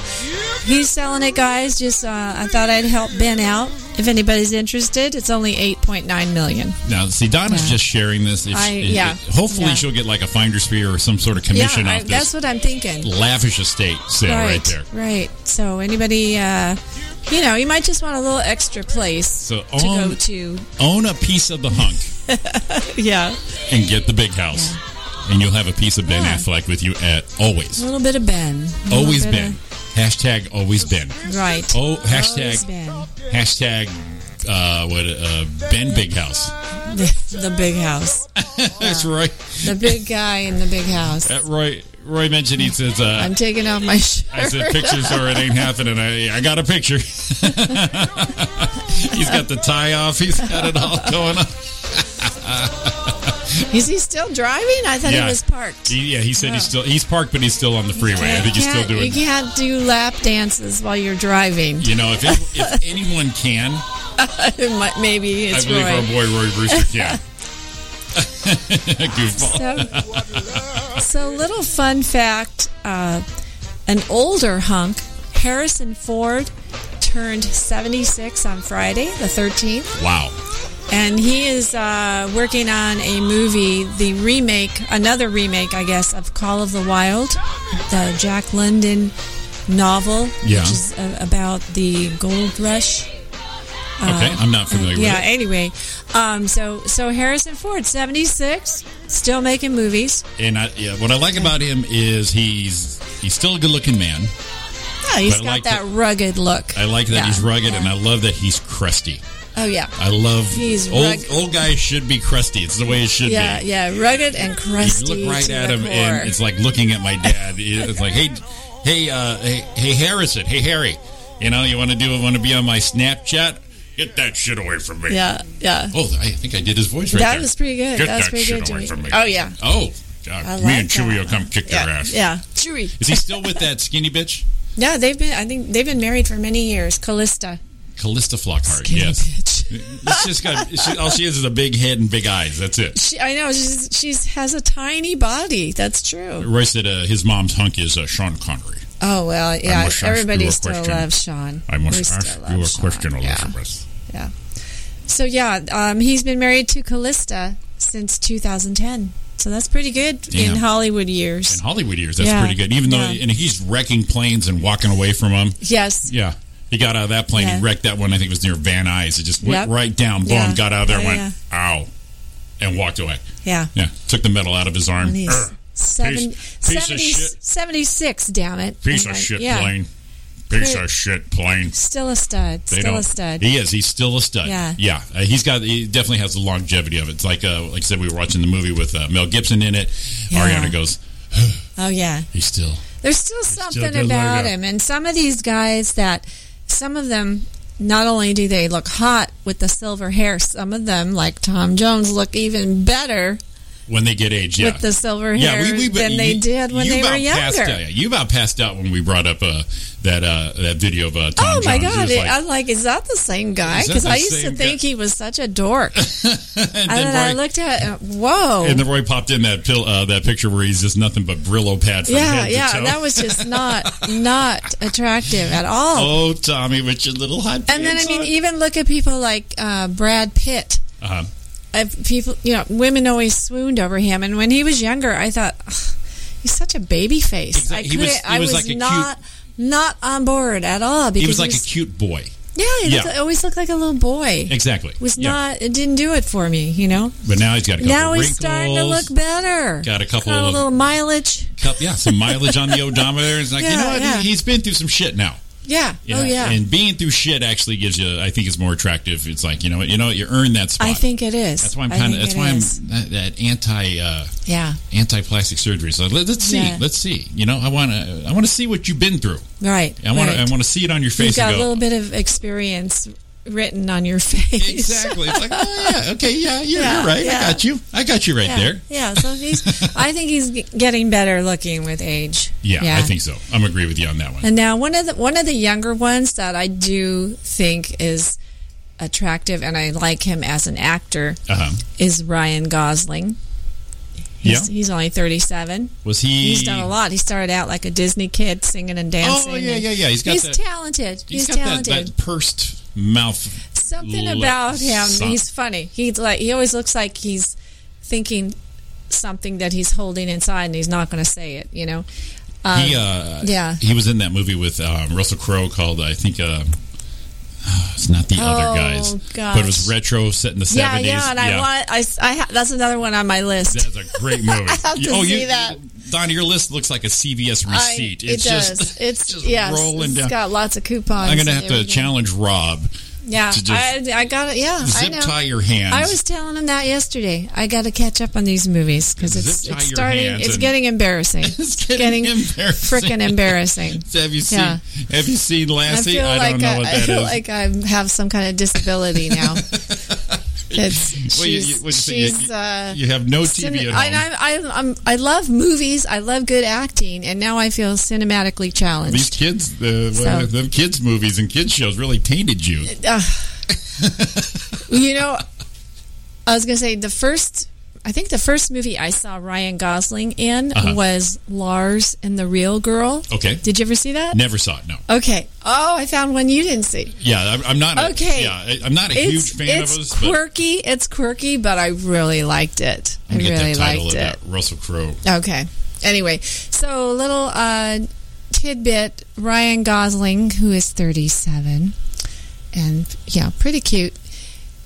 he's selling it, guys. Just uh, I thought I'd help Ben out. If anybody's interested, it's only 8.9 million. Now, see, Donna's Yeah. just sharing this. If I- she- yeah. hopefully, Yeah. she'll get like a finder's fee or some sort of commission yeah, I- off that's this what I'm thinking. lavish estate sale right, there. Right. So anybody, uh, you know, you might just want a little extra place So to own go to. own a piece of the hunk Yeah. and get the big house, and you'll have a piece of Ben Yeah. Affleck with you at always, A little bit of Ben. A little always bit of- been. Hashtag always been. Right. Oh, Always hashtag been. hashtag uh, what uh, Ben Big House. The, the big house. That's right. The big guy in the big house. Uh, Roy Roy mentioned he says uh, I'm taking off my shirt. I said pictures or it ain't happening. I I got a picture. He's got the tie off. He's got it all going on. Is he still driving? I thought Yeah. he was parked. He, yeah, he said he's still he's parked, but he's still on the freeway. I think he's still Can't- doing. You can't do lap dances while you're driving. You know, if any- if anyone can, It might- Maybe I it's believe our Roy. boy Roy Brewster can. Goofball. So, so little fun fact: uh, an older hunk, Harrison Ford, turned 76 on Friday, the 13th. Wow. and he is uh, working on a movie, the remake, another remake, I guess, of Call of the Wild, the Jack London novel, Yeah. which is uh, about the gold rush. Okay, I'm not familiar Uh, Yeah. with it. Anyway, um, so so Harrison Ford, seventy six, still making movies. And I, yeah, what I like about him is he's he's still a good-looking man. Yeah, Oh, he's But I got like that rugged look. I like that Yeah. he's rugged, and I love that he's crusty. Oh yeah. I love He's old rug- old guys should be crusty. It's the way it should Yeah, be. yeah, rugged and You crusty. look right to at the him, core. and it's like looking at my dad. It's like, hey, hey, uh, hey, hey, Harrison, hey, Harry, you know, you want to do, want to be on my Snapchat? Get that shit away from me. yeah, yeah. Oh, I think I did his voice right That there. was pretty good. Get That was pretty shit good, away from Jimmy. me. Oh, yeah. Oh, God. I me like and Chewie that. will come kick yeah, your ass. Yeah, Chewy. Is he still with that skinny bitch, Yeah, they've been. I think they've been married for many years. Callista. Callista Flockhart? Skinny yes. bitch. It's just got. She, all she is is a big head and big eyes. That's it. She, I know she's she's has a tiny body. That's true. Roy said uh, his mom's hunk is uh, Sean Connery. Oh well, yeah. must ask you Everybody a still question. loves Sean. I We must still ask love you a Sean, question, Yeah. Elizabeth. So yeah, um, he's been married to Callista since 2010. So that's pretty good Damn. in Hollywood years. In Hollywood years, that's Yeah. pretty good. Even though, Yeah. and he's wrecking planes and walking away from them. yes. Yeah. He got out of that plane. Yeah. He wrecked that one. I think it was near Van Nuys. It just went Yep. right down, boom, Yeah. got out of there, Yeah, went, ow, and walked away. Yeah. Yeah. Took the metal out of his arm. And he's Urgh. seven, piece of 70 shit. 76, damn it. Piece I'm of like, shit yeah, plane. Piece They- of shit plane. Still a stud. They still don't- a stud. He is. He's still a stud. Yeah. Uh, he's got. He definitely has the longevity of it. It's like, uh, like I said, we were watching the movie with uh, Mel Gibson in it. Yeah. Ariana goes, Oh yeah. he's still. There's still something good about looking. him. And some of these guys that, some of them, not only do they look hot with the silver hair, some of them, like Tom Jones, look even better when they get aged, yeah. with the silver hair than they you- did when you they were about passed younger. out. Yeah, you about passed out when we brought up uh, that uh, that video of uh, Tom Oh my Jones. God! It was it- I'm like, is that the same guy? Is that Because the I used to same think guy? he was such a dork, and and then I then Roy, looked at, it, whoa, and then Roy popped in that pill, uh, that picture where he's just nothing but Brillo pad from yeah, head to yeah, toe. that was just not not attractive at all. oh Tommy with your little hot and then I pants mean, on. even look at people like uh, Brad Pitt. Uh-huh. i people, you know, women always swooned over him. And when he was younger, I thought "Ugh, he's such a baby face. Exa- I he couldn't- was- he I was was like a cute- not not on board at all because he was like a cute boy. yeah, he looked, yeah. always looked like a little boy. Exactly. was Yeah. not it didn't do it for me, you know. But now he's got a couple Now wrinkles. he's starting to look better. Got a couple Got a of- little mileage. cup- yeah, some mileage on the odometer. It's like you Yeah, know what? yeah. He, he's been through some shit now. Yeah. Oh yeah. And being through shit actually gives you, I think, is more attractive. It's like you know, what, you know, what, you earn that spot. I think it is. that's why I'm I kind of. think That's it why I'm is. that, that anti uh, Yeah. anti plastic surgery. So let, us see. Yeah. Let's see. You know, I want to. I want to see what you've been through. Right. I want. to. right. I want to see it on your You've face. got and a go, little bit of experience written on your face. Exactly. It's like, oh yeah, okay, yeah, you're, Yeah, you're right. yeah. I got you. I got you right yeah. there. Yeah, so he's. I think he's g- getting better looking with age. Yeah, I think so. I'm agree with you on that one. And now one of the one of the younger ones that I do think is attractive, and I like him as an actor Uh-huh. is Ryan Gosling. He's, Yeah. he's only thirty seven. Was he? He's done a lot. He started out like a Disney kid, singing and dancing. Oh yeah, and yeah, yeah. He's got He's that. talented. He's, got that, talented. that pursed mouth Something Look, about him. son- He's funny. He's like he always looks like he's thinking something that he's holding inside, and he's not going to say it. You know. Um, he uh, yeah. he was in that movie with um, Russell Crowe called I think uh, it's not the Oh, other guys, gosh. but it was retro set in the yeah, seventies. yeah, and I want. I, s- I ha- that's another one on my list. that's a great movie. I have to oh, see you, that. Donnie, your list looks like a CVS I- receipt. it it's does. just it's just yes, rolling it's down. got lots of coupons. I'm gonna and have to everything. challenge Rob. Yeah, to I, just I got it. Yeah, I Zip know. tie your hands. I was telling him that yesterday. I got to catch up on these movies because Zip it's, tie it's your starting. hands It's and- getting embarrassing. It's getting embarrassing. Freaking embarrassing. have you seen? Yeah. Have you seen I Lassie? feel I, like don't know I, what I that is. feel like I have some kind of disability now. It's she's, Well, you- you- what'd you say? You- she's, uh, you have no cine- TV at I, home. I, I, I'm, I love movies. I love good acting, and now I feel These cinematically challenged. kids, uh, So- them kids movies and kids shows really tainted you. Ugh. you know, I was gonna say the first. I think the first movie I saw Ryan Gosling in Uh-huh. was Lars and the Real Girl. Okay. Did you ever see that? Never saw it. No. Okay. Oh, I found one you didn't see. Yeah, I'm, I'm not. A, Okay. Yeah, I- I'm not a huge fan of it's us. but quirky. It's quirky, but I really liked it. I I'm gonna really get that title liked of it. that Russell Crowe. Okay. Anyway, so a little uh, tidbit: Ryan Gosling, who is 37, and yeah, pretty cute.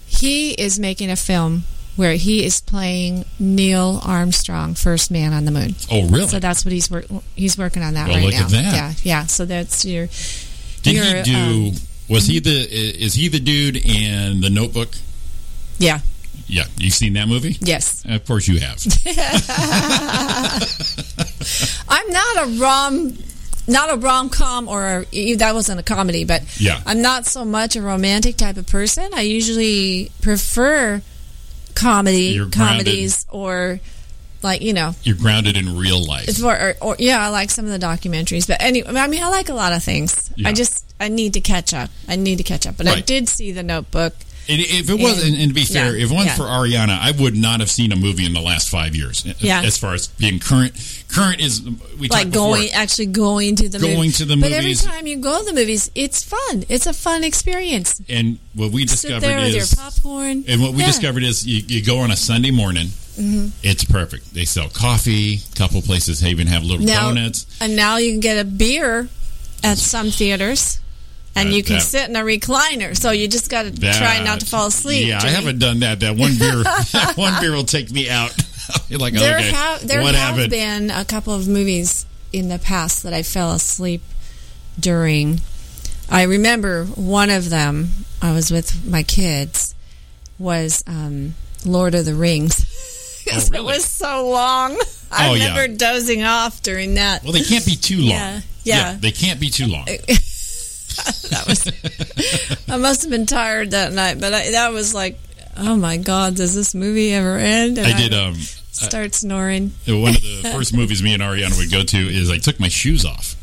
He is making a film where he is playing Neil Armstrong, first man on the moon. Oh, really? So that's what he's work- he's working on that Well, right look now. at that. Yeah, yeah. So that's your. Did he your, do? um, was he the? i- Is he the dude in the Notebook? yeah. Yeah, you've seen that movie. Yes. Of course you have. I'm not a rom, not a rom com or a, that wasn't a comedy, but Yeah. I'm not so much a romantic type of person. I usually prefer comedy, You're grounded. comedies, or like you know, You're grounded in real life. it's more or, or yeah, I like some of the documentaries. But anyway, I mean, I like a lot of things. Yeah. I just I need to catch up. I need to catch up. But I Right. did see The Notebook. And if it wasn't, and, to be fair, Yeah, if it wasn't for yeah. Ariana, I would not have seen a movie in the last five years. Yeah. As far as being current, current is we like talked before. going actually going to the Going movie. to the but movies. every time you go to the movies, it's fun. It's a fun experience. And what we Sit discovered there with is your popcorn. And what we Yeah. Mm-hmm. discovered is you, you go on a Sunday morning, it's perfect. They sell coffee. A couple places even have little now, donuts. And now you can get a beer at some theaters, and Uh, you can that- sit in a recliner. So you just got to That- try not to fall asleep. Yeah, I Jimmy. haven't done that. That one beer, that one beer will take me out. You're like, There okay, have there what have happened? been a couple of movies in the past that I fell asleep during. I remember one of them. I was with my kids. Was um, Lord of the Rings. 'Cause Oh, really? It was so long. I Oh, yeah. remember dozing off during that. Well, they can't be too long. Yeah, yeah. Uh, they can't be too long. that was I must have been tired that night, but I, that was like, oh my god, does this movie ever end? And I did. Um, Start snoring. One of the first movies me and Ariana would go to is I took my shoes off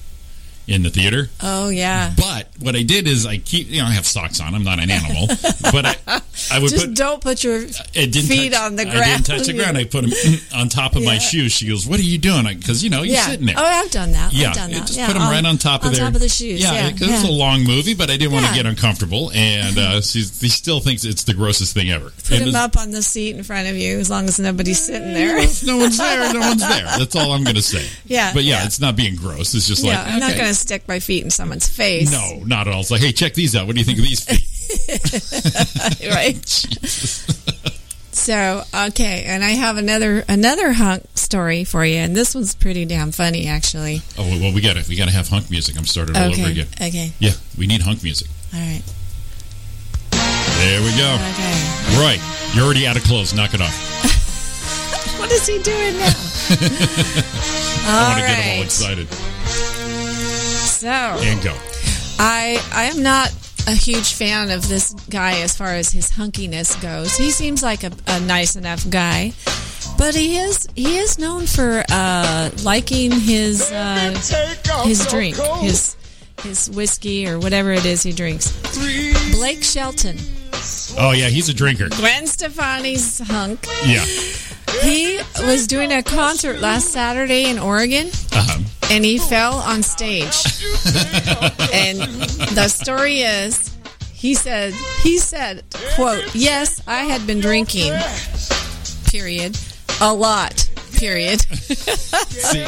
in the theater. Oh yeah. But what I did is I keep, you know, I have socks on. I'm not an animal, but I, I would Just put Uh, don't put your I didn't feet touch, on the I ground. didn't touch the ground. I put them on top of my Yeah. shoes. She goes, "What are you doing?" Because you know you're yeah. sitting there. Oh, I've done that. yeah, I've done it that. just yeah. put them right on top of on their, top of the shoes. Yeah, it, it's a yeah. long movie, but I didn't want Yeah. to get uncomfortable, and uh, she's, she still thinks it's the grossest thing ever. Put And them it's- up on the seat in front of you, as long as nobody's sitting there. No one's there. No one's there. That's all I'm going to say. Yeah, but yeah, yeah. it's not being gross. It's just yeah, like I'm not okay. going to stick my feet in someone's face. No, not at all. It's like, hey, check these out. What do you think of these feet? right? so okay, and I have another another hunk story for you, and this one's pretty damn funny, actually. Oh well, we got to we got to have hunk music. I'm starting all over Okay, again. okay, Yeah, we need hunk music. all right, There we go. okay. Right, you're already out of clothes. Knock it off. What is he doing now? I all want to get them all right. excited So and go. I I am not a huge fan of this guy as far as his hunkiness goes. He seems like a, a nice enough guy, but he is he is known for uh, liking his uh, his drink, his his whiskey or whatever it is he drinks. Blake Shelton, Oh yeah, he's a drinker. Gwen Stefani's hunk. Yeah. He was doing a concert last Saturday in Oregon Uh-huh. and he fell on stage. and the story is, he said, he said, quote, yes, I had been drinking, period, a lot, period. See,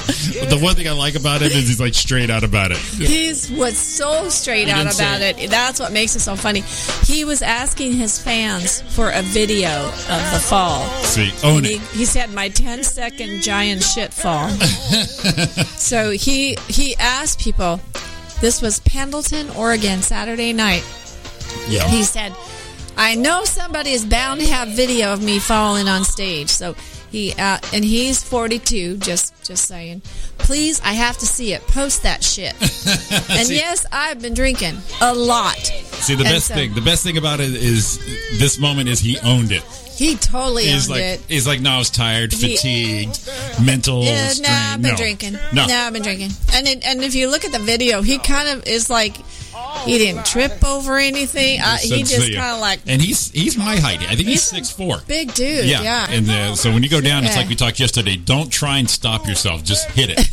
the one thing I like about him is he's like straight out about it. He's was so straight out didn't say about it. That's what makes it so funny. He was asking his fans for a video of the fall. See, own And he, it. he said my 10 second giant shit fall. so he he asked people. This was Pendleton, Oregon, Saturday night. Yeah. He said, "I know somebody is bound to have video of me falling on stage." So he uh, and he's 42. Just just saying. Please, I have to see it. Post that shit. and yes, I've been drinking a lot. See, the And best so- thing, the best thing about it is this moment is he owned it. He totally He's owned like, it. he's like, no, I was tired, He- fatigued, mental. Yeah, strain. no, I've been No. drinking. No. I've been drinking. And it, and if you look at the video, he kind of is like he didn't trip over anything. Uh, he Sense just to you. kind of like and he's he's my height. I think he's He's a six four. big dude. Yeah, Yeah. and uh, so when you go down, it's Yeah. like we talked yesterday. Don't try and stop yourself. Just hit it.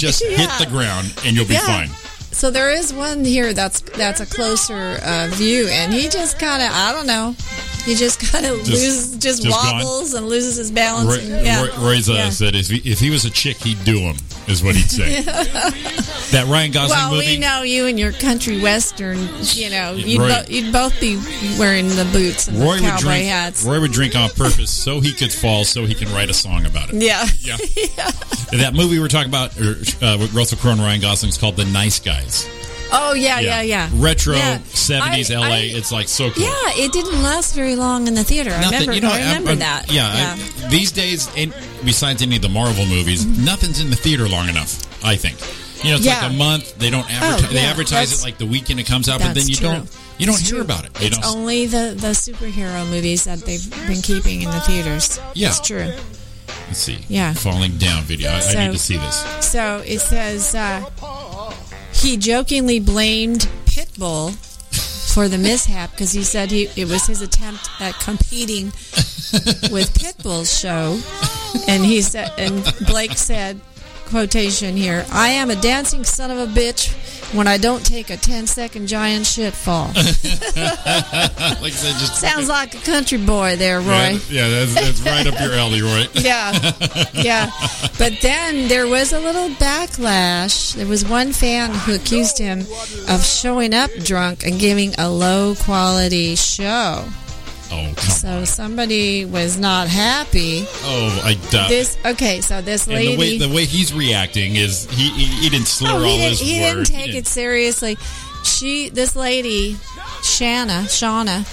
Just Yeah. hit the ground, and you'll be Yeah. fine. so there is one here that's that's a closer uh, view, and he just kind of I don't know. He just kind of loses, just, just gone. wobbles and loses his balance. Roy, and, yeah. Roy, Roy's uh, Yeah. said if he, if he was a chick, he'd do him. Is what he'd say. that Ryan Gosling Well, movie. we know you and your country western. You know, you'd, Roy- bo- you'd both be wearing the boots and Roy the would cowboy drink. hats. Roy would drink on purpose so he could fall, so he can write a song about it. yeah. Yeah. that movie we're talking about, or, uh, with Russell Crowe and Ryan Gosling, is called The Nice Guys. Oh yeah, yeah, yeah. Retro Yeah. seventies I- LA. I- it's like so cool. Yeah, it didn't last very long in the theater. I Nothing- remember, you know, I remember I'm- I'm- that. Yeah, I- these days, and besides any of the Marvel movies, nothing's in the theater long enough. I think. You know, it's Yeah. Oh, like a month. They don't advertise. they yeah, advertise that's- it like the weekend it comes out, but That's then you true. don't. You don't It's hear true. about it. You It's don't- only the, the superhero movies that they've been keeping in the theaters. Yeah. It's true. let's see. Yeah. falling down video. I, I So- need to see this. So it says uh, he jokingly blamed Pitbull for the mishap because he said he, it was his attempt at competing with Pitbull's show, and he said, and Blake said, quotation here: "I am a dancing son of a bitch when I don't take a 10-second giant shit fall." like I said, just Sounds like a country boy there, Roy. Yeah, that's, that's right up your alley, Roy. Oh, yeah, yeah. But then there was a little backlash. There was one fan who accused him of showing up drunk and giving a low quality show. Oh, come So somebody was not happy. Oh, I doubt. This okay. So this and the way lady, the way he's reacting is he he, he didn't slur oh, all he didn't, his he didn't words. take it seriously. She, this lady, Shanna, Shauna,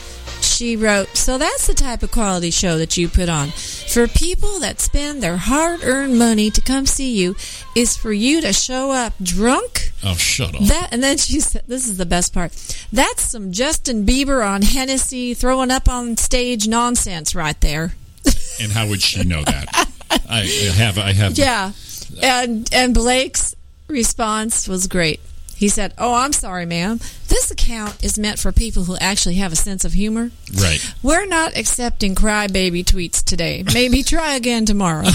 she wrote. So that's the type of quality show that you put on for people that spend their hard-earned money to come see you. Is for you to show up drunk. Oh, shut up. That and then she said, "This is the best part. That's some Justin Bieber on Hennessy throwing up on stage nonsense right there." and how would she know that? I, I have. I have. Yeah. And and Blake's response was great. He said, "Oh, I'm sorry, ma'am. This account is meant for people who actually have a sense of humor. Right. We're not accepting crybaby tweets today. Maybe try again tomorrow."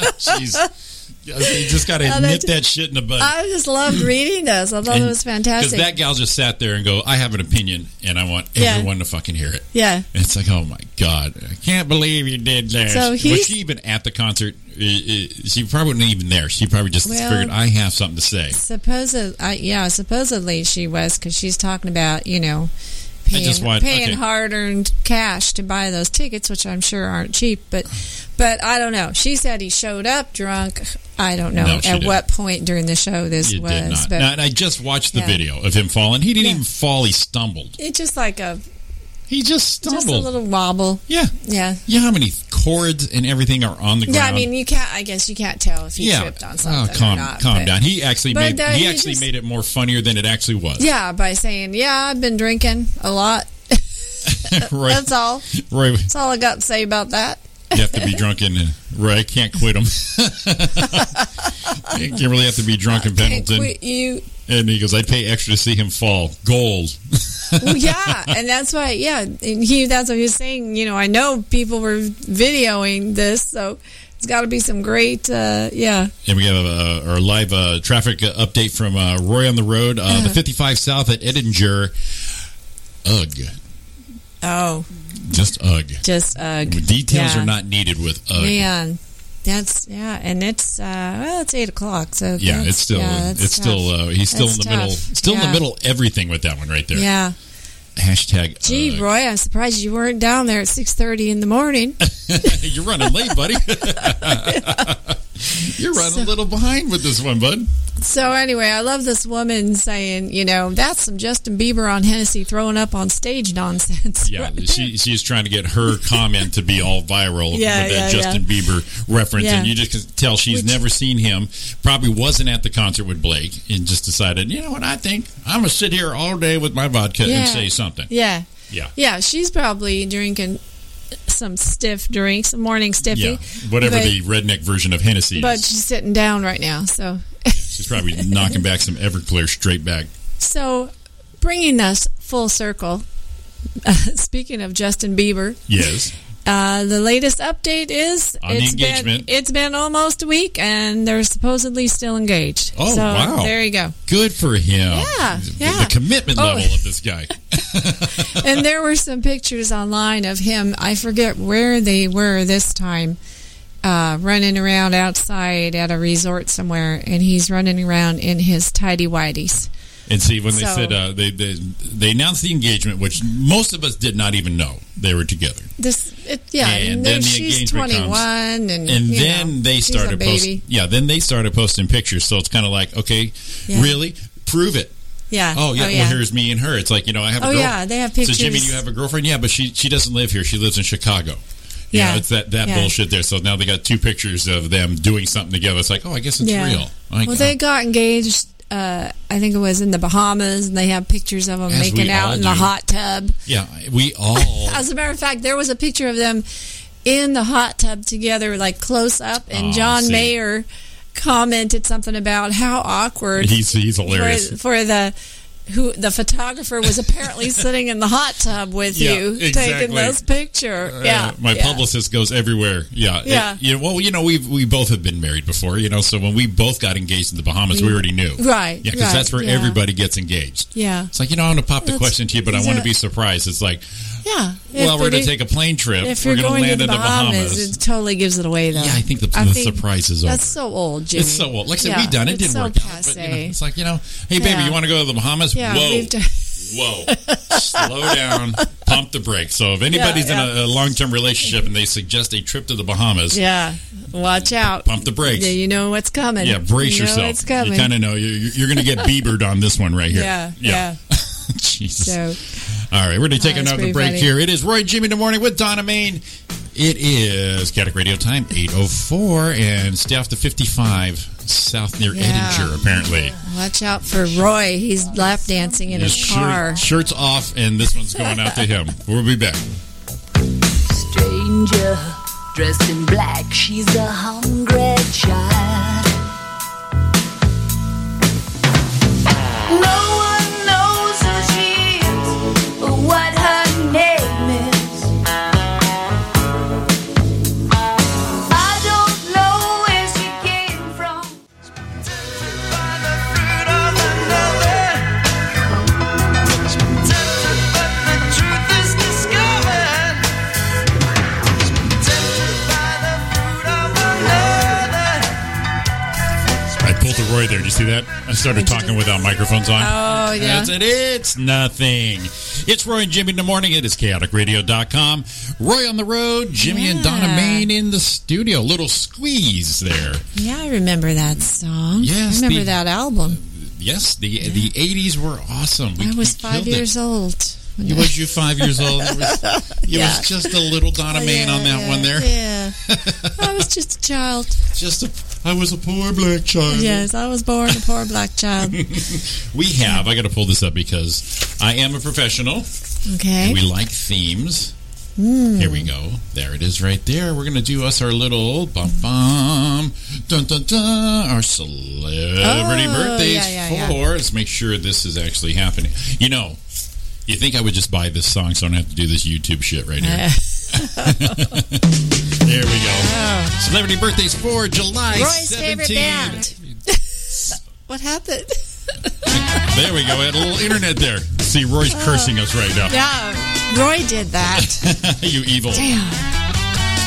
Jeez. You just got to Oh, admit that's- that shit in the bud. I just loved reading this. I thought it was Because fantastic. that gal just sat there and go, I have an opinion, and I want Yeah. everyone to fucking hear it. yeah. And it's like, oh my god, I can't believe you did that. So was he's- she even at the concert? Uh, uh, She probably wasn't even there. She probably just Well- figured I have something to say. Supposed, I yeah, supposedly she was because she's talking about you know paying, just want- paying okay. hard-earned cash to buy those tickets, which I'm sure aren't cheap. But but I don't know. She said he showed up drunk. I don't know No, at she didn't. what point during the show this You was, did not. but Now, and I just watched the Yeah. video of him falling. He didn't Yeah. even fall. He stumbled. it's just like a He just stumbled. just a little wobble. yeah. Yeah. Yeah. How many chords and everything are on the ground? Yeah, I mean, you can't. I guess you can't tell if he Yeah. tripped on Oh, something calm, or not. calm but- down. He actually But made that- he he actually just- made it more funnier than it actually was. Yeah, by saying, "Yeah, I've been drinking a lot." Roy, That's all. Roy, That's all I got to say about that. you have to be drunk and Roy, I can't quit him. you really have to be drunk in Pendleton. Hey, we- you And he goes, I'd pay extra to see him fall. Gold. Well, yeah, and that's why, yeah, and he that's what he was saying. You know, I know people were videoing this, so it's got to be some great, uh, yeah, And we have uh, our live uh, traffic uh, update from uh, Roy on the road. Uh, Uh-huh. The 55 South at Edinger. Ugh. oh, Just ugh. just uh, Details yeah. are not needed with ugh. man. That's yeah, and it's uh, well, it's eight o'clock, so Yeah, that's- it's still, yeah, it's that's still, tough. uh, he's still That's in the tough. middle, still in Yeah. the middle of everything with that one right there. yeah. Hashtag. uh, Gee, ugh. Roy, I'm surprised you weren't down there at six thirty in the morning. You're running late, buddy. You're running a little behind with this one, bud. so anyway, I love this woman saying, you know, that's some Justin Bieber on Hennessy throwing up on stage nonsense. Yeah, right there. she she's trying to get her comment to be all viral Yeah, with that yeah, Justin Bieber reference, Yeah. and you just can tell she's never seen him. Probably wasn't at the concert with Blake, and just decided, you know what? I think I'm gonna sit here all day with my vodka and Yeah. say something. Yeah. Yeah. Yeah, she's probably drinking some stiff drinks, morning stiffy. Yeah, whatever but, the redneck version of Hennessy But is, she's sitting down right now, so she's probably knocking back some Everclear straight back. so bringing us full circle. Uh, speaking of Justin Bieber, Yes, uh, the latest update is On the it's been- engagement. it's been almost a week, and they're supposedly still engaged. Oh, so, wow. There you go. good for him. Yeah, the, yeah. the commitment Oh. level of this guy. and there were some pictures online of him. I forget where they were this time, uh, running around outside at a resort somewhere, and he's running around in his tidy whities. And see, when they So- said uh, they, they they announced the engagement, which most of us did not even know they were together. This, it, yeah, And and then there- the she's engagement comes. twenty one, and and you then know, they she's a started baby. posting. Yeah, then they started posting pictures. So it's kind of like, okay, Yeah. really, prove it. Yeah. Oh yeah, well here's me and her. It's like you know I have. a Oh, girl- yeah, they have So Jimmy, pictures. you have a girlfriend? Yeah, but she she doesn't live here. She lives in Chicago. You Yeah. know, it's that that Yeah. bullshit there. So now they got two pictures of them doing something together. It's like, oh, I guess it's Yeah. real. Like, well, they oh, got engaged. Uh, I think it was in the Bahamas, and they have pictures of them As we making all out in the do. hot tub. yeah, we all. As a matter of fact, there was a picture of them in the hot tub together, like close up, and Oh, John see. Mayer commented something about how awkward he's he's for, hilarious. for the who the photographer was apparently sitting in the hot tub with Yeah, you exactly. taking this picture. yeah, Uh, my yeah. publicist goes everywhere. Yeah, It- Yeah. you know, well, you know, we we both have been married before. You know, so when we both got engaged in the Bahamas, we already knew. Mm. Right, Yeah, because right, that's where yeah. everybody gets engaged. Yeah, It's like you know, I'm going to pop the That's- question to you, but I is want to that- be surprised. It's like, yeah. well, If we're it going is- to take a plane trip. If we're you're gonna going land to the in the Bahamas. Bahamas, it totally gives it away, though. yeah, I think the, I the think surprise is over. That's so old, Jimmy. it's so well. Like I said, Yeah, we done it. Didn't it's so work out. But, you know, passé. it's like you know, hey baby, Yeah. you want to go to the Bahamas? Yeah, Whoa, we've done- whoa, slow down, pump the brakes. So if anybody's in yeah. a, a long-term relationship and they suggest a trip to the Bahamas, Yeah, watch out. Pump the brakes. Yeah, you know what's coming. Yeah, brace you know yourself. It's coming. You kind of know you're, you're going to get Biebered on this one right here. Yeah, Jesus. So All right, we're going to take Oh, that's another pretty break funny. here. It is Roy and Jimmy in the morning with Donna Main. It is Catholic Radio Time, 804, and stay off the 55 south near Yeah. Edinger, apparently. watch out for Roy. He's lap dancing in His his car. shirt, shirt's off, and this one's going out to him. We'll be back. Stranger, dressed in black. She's a hungry child. No one knows who she is or what her name is. I don't know where she came from. I pulled a Roy there. Did you see that? I started talking without microphones on. Oh, yeah. That's it. It's nothing. It's Roy and Jimmy in the morning. It is chaoticradio.com. Roy on the road, Jimmy and Donna Yeah. Main in the studio. Little squeeze there. Yeah, I remember that song. Yes, I remember the- that album. Yes, the the 80s were awesome. We- I was we five killed it. years old. You was you five years old. It was, it Yeah. was just a little Donna Main on that yeah, one there. Yeah. I was just a child. Just a, I was a poor black child. Yes, I was born a poor black child. We have. I got to pull this up because I am a professional. Okay. We like themes. Hmm. Here we go. There it is, right there. We're gonna do us our little bum bum dun dun dun our celebrity Oh, birthdays yeah, yeah, yeah. for. Let's make sure this is actually happening. You know, you think I would just buy this song so I don't have to do this YouTube shit right here? Uh, There we go. Celebrity birthdays for July Oh. Roy's 17th. favorite band. what happened? There we go. I had a little internet there. See, Roy's Oh. cursing us right now. Yeah, Roy did that. you evil. Damn.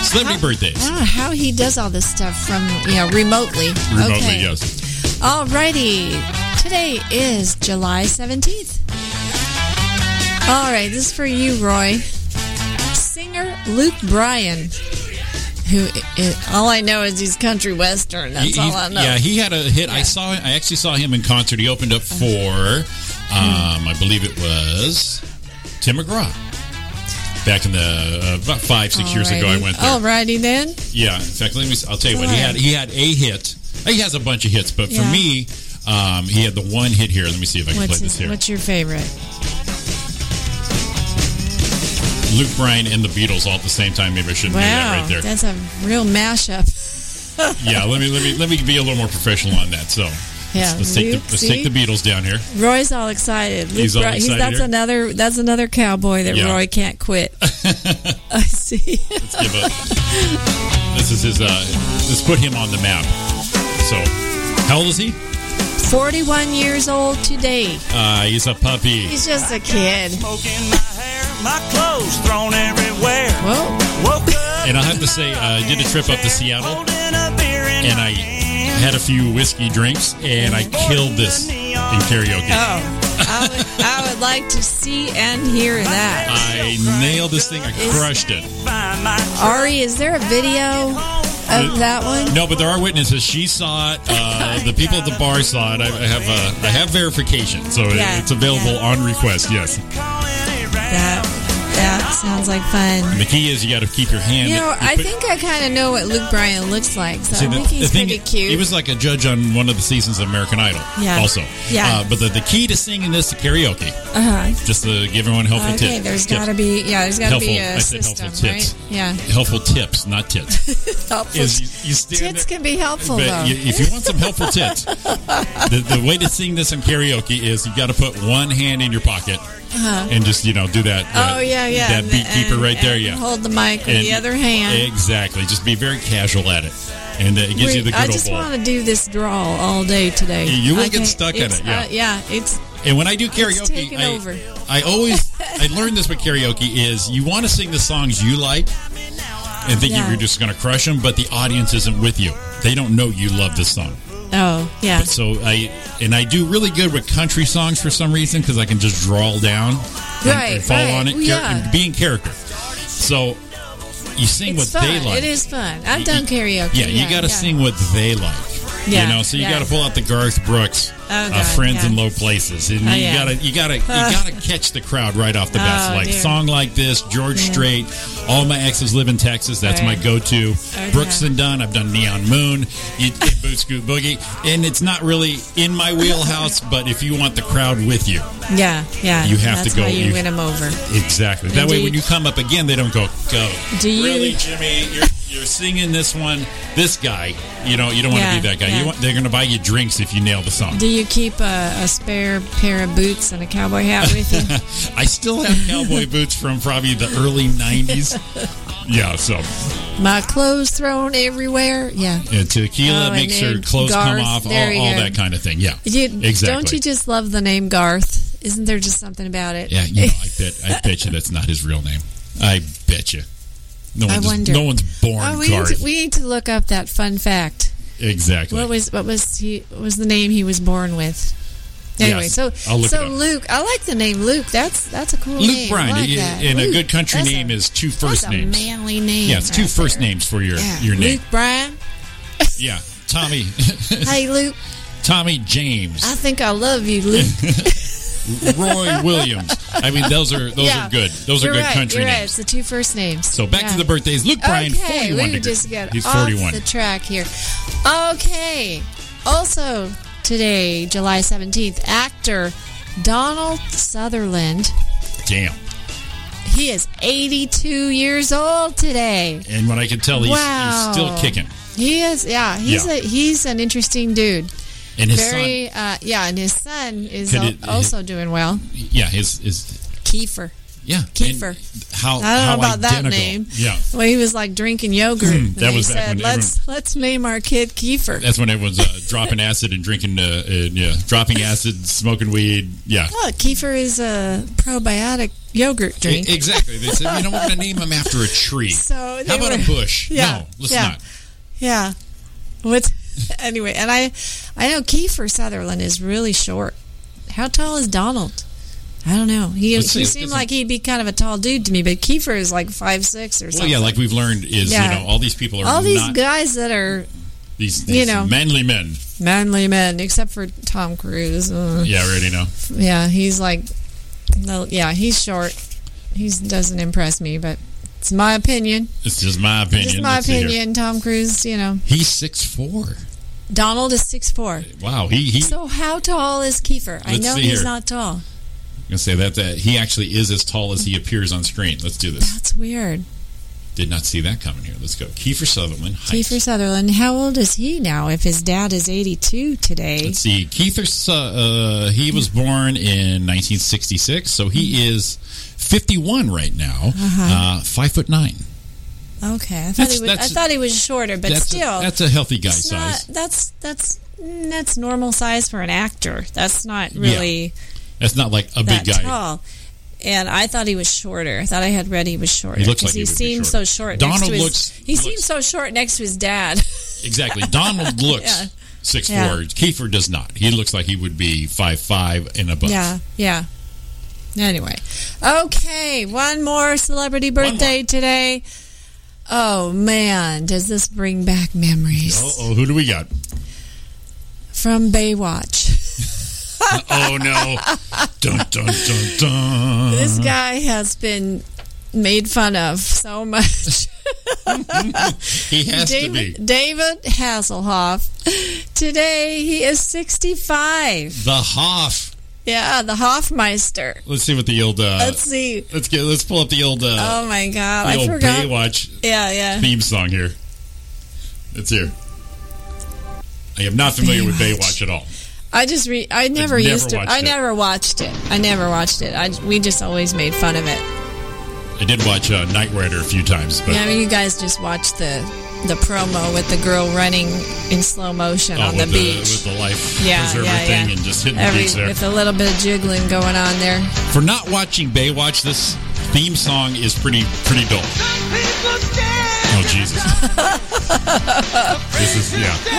Celebrity birthdays. I don't know Ah, how he does all this stuff from, you know, remotely. Remotely, okay. yes. Alrighty. Today is July 17th. All right, this is for you, Roy. Singer Luke Bryan, who i i all I know is he's country western. That's He- all he- I know. Yeah, he had a hit. I saw. I actually saw him in concert. He opened up Uh-huh. for, um, I believe it was Tim McGraw. Back in the uh, about five six years ago, I Alrighty. Oh. went there. Alrighty then. Yeah, in fact, let me. I'll tell you what he had. He had a hit. He has a bunch of hits, but Yeah. for me, um, he had the one hit here. Let me see if I can What's play this his, here. what's your favorite? Luke Bryan and the Beatles all at the same time. Maybe I shouldn't do that Wow, right there. that's a real mashup. yeah, let me let me let me be a little more professional on that. So Yeah, let's, let's take the, Luke, let's take see? the Beatles down here. Roy's all excited. Luke He's all Bry- excited that's here? another that's another cowboy that Yeah. Roy can't quit. I see. Let's give up. this is his. Uh, let's put him on the map. So how old is he? Forty-one years old today. Uh, he's a puppy. He's just a kid. Smoke in my hair, my clothes thrown everywhere. Whoa. Woke up And I have to say, uh, I did a trip up to Seattle, holding a beer in and my I hand. had a few whiskey drinks, and I killed this in karaoke. Oh, I would, I would like to see and hear that. I nailed this thing. I crushed it. By my Uh, Ari, is there a video of that one? No, but there are witnesses. She saw it. Uh, the people at the bar saw it. I, I have uh, I have verification, so it- Yeah, it's available yeah. on request. Yes, calling around. That that sounds like fun. the key is you got to keep your hand. You know, I put- think I kind of know what Luke Bryan looks like, so See, I the- think he's the thing- pretty cute. He was like a judge on one of the seasons of American Idol. Yeah. Also. Yeah. Uh, but the, the key to singing this is karaoke. uh-huh. Just to give everyone helpful Okay, tips. there's got to be yeah, there's got to be Helpful- a I said helpful system, tips. right? Yeah, helpful tips, not tits. helpful. is you, you stand Tits there- can be helpful though. but you, if you want some helpful tips, the, the way to sing this in karaoke is you got to put one hand in your pocket and just you know do that. Uh-huh. oh that- yeah, yeah. That and- beatkeeper and- right there, and yeah. Hold the mic with And- the other hand. Exactly. Just be very casual at it, and uh, it gives you the good Wait, I old just bowl. want to do this draw all day today. You will I get can't- stuck in it's- it, yeah. uh, yeah, it's And when I do karaoke, taken I, over. I always I learned this with karaoke is you want to sing the songs you like and think Yeah. you're just going to crush them, but the audience isn't with you. They don't know you love this song. oh yeah. So I and I do really good with country songs for some reason because I can just drawl down and, Right, and fall right. on it, Well, yeah. and be in character. So you sing It's what fun. they like. It is fun. I've done karaoke. Yeah, you got to sing what they like. Yeah, you know, so you yeah. Oh, got to pull out the Garth Brooks, uh, God, "Friends yeah. in Low Places," and Oh, you yeah. got to you got to you Ugh. got to catch the crowd right off the bat. Oh, like dear. song like this, George Yeah. Strait. All my exes live in Texas. That's Right. Oh, my go-to. Okay. Brooks and Dunn. I've done Neon Moon, you, did Boot Scoot Boogie, and it's not really in my wheelhouse. but if you want the crowd with you, Yeah, yeah. You have to That's go- How you, you- win them over. exactly. That way, Indeed. when you come up again, they don't go go. Do you- really, Jimmy? You're, You're singing this one. This guy, you know, you don't want Yeah, to be that guy. yeah. You want, they're going to buy you drinks if you nail the song. Do you keep a, a spare pair of boots and a cowboy hat with you? I still have cowboy boots from probably the early '90s. Yeah, so My clothes thrown everywhere. Yeah. yeah, tequila Oh, makes and her then clothes come Garth, off, all, there you all go. that kind of thing. Yeah, You, exactly. Don't you just love the name Garth? Isn't there just something about it? Yeah, you know, I bet I bet you that's not his real name. I bet you. No I one's, wonder. No one's born Oh, we need, Garth. to, we need to look up that fun fact. exactly. What was what was he what was the name he was born with? Anyway, Yes, so I'll look it so up. Luke, I like the name Luke. That's that's a cool name. Luke Bryan, I like i- that. and a Luke, good country that's name a, is two that's first names. A manly name. yeah, it's two right first there. names for your Yeah. your name. Luke Bryan. Yeah, Tommy, Hey Luke, Tommy James, I think I love you, Luke. Roy Williams. I mean, those are those Yeah. are good. Those You're are good right, country you're Right. names. It's the two first names. So back Yeah. to the birthdays. Luke Bryan, okay, forty-one. we degree. just got He's off forty-one. the track here. Okay. Also today, July seventeenth, actor Donald Sutherland. Damn. He is eighty-two years old today. And what I can tell, he's, Wow. he's still kicking. He is, yeah. He's Yeah. a he's an interesting dude. And his Very, uh, yeah. And his son is Could al- it- also doing well. son, yeah, his is Kiefer. yeah. Kiefer. And How I don't Oh, how know about that identical. name. Yeah. Hmm, Well, he was like drinking yogurt. and That they was back said, when "Let's let's name our kid Kiefer." That's when everyone's uh, dropping acid and drinking, uh, and, yeah, dropping acid, smoking weed. Yeah. Look, kefir is a probiotic yogurt E- drink. Exactly. They said, you know, we're going to name him after a tree. So they How about were- a bush? Yeah, no, let's yeah. not. Yeah. What's anyway? And I, I know Kiefer Sutherland is really short. How tall is Donald? I don't know. He, Let's see, he let's seemed get like he'd be kind of a tall dude to me, but Kiefer is like five six or Well, something. yeah, like we've learned is, Yeah. you know, all these people are all these not guys that are these, you these know. manly men. manly men, except for Tom Cruise. Uh, Yeah, I already know. yeah, he's like, no, yeah, he's short. He doesn't impress me, but it's my opinion. It's just my opinion. Just my Let's see here. opinion. Tom Cruise, you know, He's six four. Donald is six four. Wow. He he. So how tall is Kiefer? I Let's know see he's here. not tall. I'm gonna say that that he actually is as tall as he appears on screen. Let's do this. That's weird. Did not see that coming here. Let's go. Kiefer Sutherland. height. Kiefer Sutherland, how old is he now? If his dad is eighty-two today, Let's see. Keith, uh, he was born in 1966, so he is 51 right now. Uh-huh. Uh, five foot nine. okay. I thought That's- he was. I that's- thought he was shorter, but that's still, a, that's a healthy guy it's not. size. That's that's mm, that's normal size for an actor. That's not really That's not like a that big guy. tall. And I thought he was shorter. I thought I had read he was shorter He looks like he he would be seemed shorter. so short. Donald next to his, looks- He seemed looks- so short next to his dad. Exactly. Donald looks Yeah. six Yeah. four. Kiefer does not. He looks like he would be five five and above. Yeah, yeah. Anyway, okay, one more celebrity birthday today. Oh man, does this bring back memories Uh oh. Who do we got? from Baywatch? oh no. Dun dun dun dun. This guy has been made fun of so much. He has to be David, David Hasselhoff. Today he is 65. the Hoff. Yeah, the Hoffmeister. Let's see what the old. Uh, Let's let's, see. get. Let's pull up the old. Uh, Oh my god, the I old forgot. Baywatch Yeah, yeah. theme song here. It's here. I am not familiar with Baywatch at all. I just re I never, never used to. watched I it. never watched it. I never watched it. I we just always made fun of it. I did watch uh, Knight Rider a few times, but I mean, you guys just watched the the promo with the girl running in slow motion oh, on the with, the, beach. with the life Yeah, preserver yeah, thing yeah. and just hitting Every, the beach there. with a little bit of jiggling going on there. For not watching Baywatch, this theme song is pretty pretty dull. Oh Jesus! this is yeah.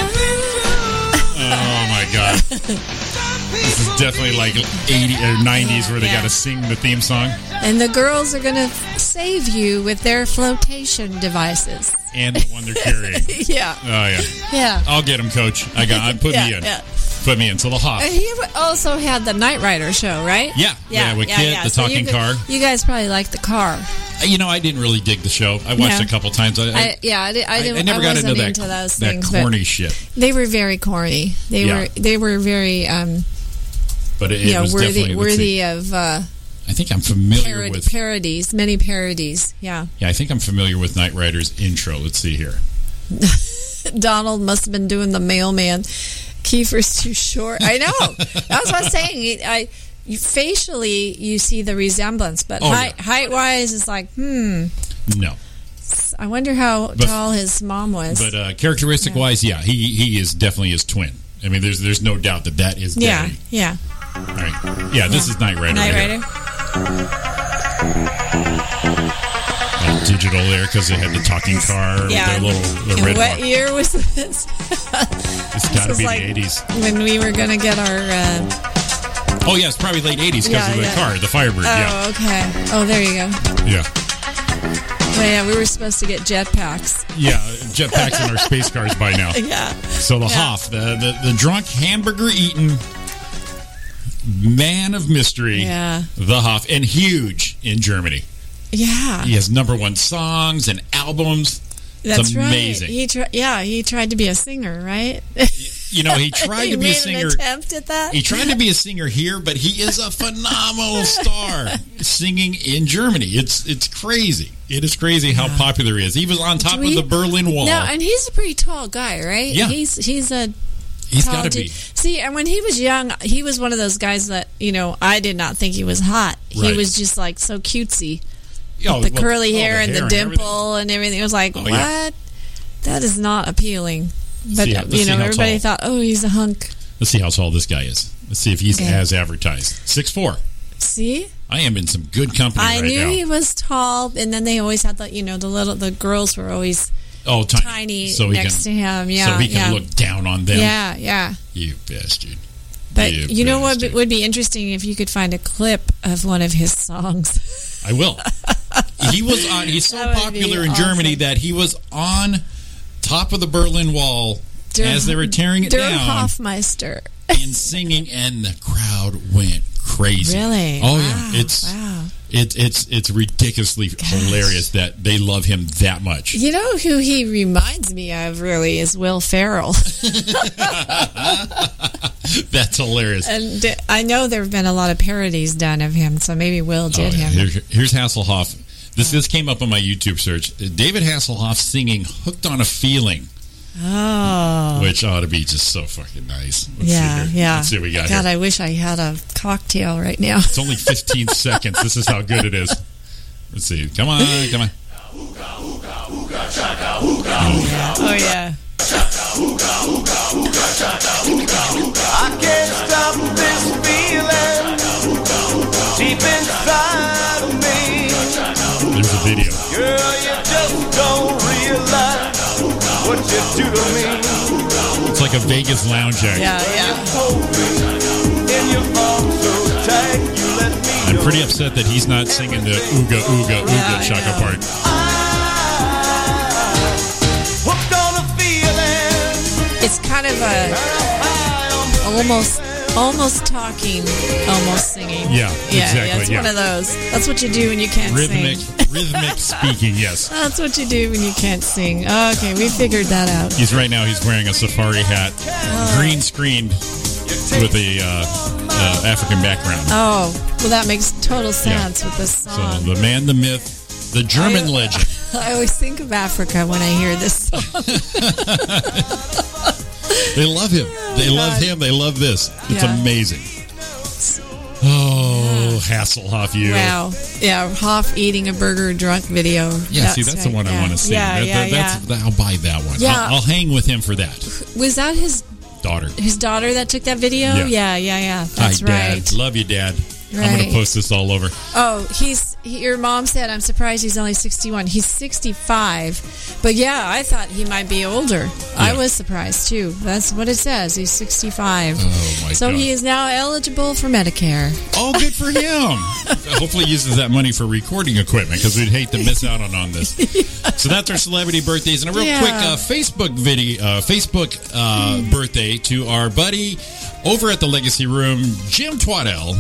Oh my God! This is definitely like 80 or 90s where they Yeah. got to sing the theme song. And the girls are gonna save you with their flotation devices. and the one they're carrying. Yeah, Oh yeah, yeah. I'll get him, Coach. I got. I put me Yeah, in. yeah. Uh, Put me in. So the Hoff. And he also had the Knight Rider show, right? Yeah, yeah, with Kit, the So you talking gu- car. You guys probably like the car. You know, I didn't really dig the show. I watched No. a couple times. I, I, I, yeah, I, di- I, I- didn't, I never got wasn't into that those that things. but- corny shit, They were very corny. They Yeah. were they were very um, but it, it you know was worthy definitely let's see. worthy of uh, I think I'm familiar Parod- with. parodies, many parodies. Yeah. Yeah, I think I'm familiar with Knight Rider's intro. Let's see here. Donald must have been doing the mailman. Kiefer's too short. I know. That's what I'm saying. I you, facially you see the resemblance, but Oh, height, yeah. height wise, it's like hmm. No, I wonder how But- tall his mom was. but uh, characteristic wise, yeah, he he is definitely his twin. I mean, there's there's no doubt that that is. yeah, Daddy. yeah. All right. Yeah, this is Knight Rider. Night right here. Rider. Uh, digital there because they had the talking car with their Yeah. little the And red what one. year was this? It's got to was be like- the 80s. when we were gonna get our. Uh, Oh yeah, it's probably late 80s because Yeah, of the yeah. car, the Firebird. oh, okay. Oh, there you go. Yeah, Well, yeah, we were supposed to get jetpacks. yeah, yeah. Jetpacks and our space cars by now. Yeah. So the Hoff, the, the the drunk hamburger eating man of mystery, Yeah. the Hoff, and huge in Germany. Yeah. He has number one songs and albums. That's amazing. right. He tri- yeah, he tried to be a singer, right? You know, he tried he to be made a singer. An attempt at that. He tried to be a singer here, but he is a phenomenal star singing in Germany. It's it's crazy. It is crazy how popular he is. He was on top we- of the Berlin Wall. No, and he's a pretty tall guy, right? Yeah. he's he's a He's tall got to dude. be. See, and when he was young, he was one of those guys that you know I did not think he was hot. Right. He was just like so cutesy, Oh, the well, curly oh, hair and the everything. dimple and everything. It was like Oh, what? yeah. That is not appealing. But See how- let's you see know, how everybody tall. thought, oh, he's a hunk. Let's see how tall this guy is. Let's see if he's Okay. as advertised. Six four. See, I am in some good company I right knew now. he was tall, and then they always had the you know the little the girls were always oh, tiny. tiny So he next can, to him. Yeah, so he can yeah. look down on them. Yeah, yeah. You bastard. But You you, know what bastard. would be interesting if you could find a clip of one of his songs. I will. he was on. He's so That would be popular in Germany awesome. that he was on top of the Berlin Wall Der- as they were tearing it Der down Hofmeister. and singing, and the crowd went crazy. Really? Oh Wow, yeah. It's wow. it's it's it's ridiculously hilarious that they love him that much. You know who he reminds me of really is Will Ferrell. That's hilarious. and d- I know there have been a lot of parodies done of him, so maybe Will did Oh, yeah. him. Here- here's Hasselhoff. This this came up on my YouTube search. David Hasselhoff singing "Hooked on a Feeling," Oh. which ought to be just so fucking nice. Let's yeah, see here. yeah. Let's see what we got God, here. I wish I had a cocktail right now. It's only 15 seconds. This is how good it is. Let's see. Come on, come on. Oh yeah. I can't stop this feeling deep inside of me. There's a video. Girl, you just don't realize what you do to me. It's like a Vegas lounge act. Yeah, You yeah. hold me in your arms so tight, you let me I'm know. pretty upset that he's not singing the ooga ooga ooga Yeah, I chaka know. part. I hooked on a feeling, It's kind of a high on the almost almost talking, almost singing. Yeah, yeah, yeah exactly, it's yeah. one of those. That's what you do when you can't Rhythmic, sing. rhythmic speaking. Yes, That's what you do when you can't sing. Okay, we figured that out. he's right now. He's wearing a safari hat, green screened with a uh, uh, African background. Oh, well, that makes total sense with this So song. the man, the myth, the German Uh-huh. I- legend. I always think of Africa when I hear this song. They love him. They Oh, love God. him. They love this. It's Yeah. amazing. Oh, Hasselhoff, you. Wow. Yeah, Hoff eating a burger drunk video. Yeah, see, that's the right, one yeah. I want to see. Yeah, That- yeah, that- that's- that- I'll buy that one. Yeah. I'll, I'll hang with him for that. yeah. Was that his Daughter. his daughter that took that video? Yeah. Yeah, yeah, yeah. That's Hi, right. Dad. Love you, Dad. I'm going Right. to post this all over. Oh, he's he, your mom said I'm surprised he's only 61. He's 65. But yeah, I thought he might be older. I Yeah. was surprised too. That's what it says. He's 65. Oh, my so God. he is now eligible for Medicare. Oh, good for him. Hopefully, he uses that money for recording equipment because we'd hate to miss out on, on this. So that's our celebrity birthdays, and a real Yeah. quick uh, Facebook video, uh, Facebook uh, birthday to our buddy over at the Legacy Room, Jim Twaddell.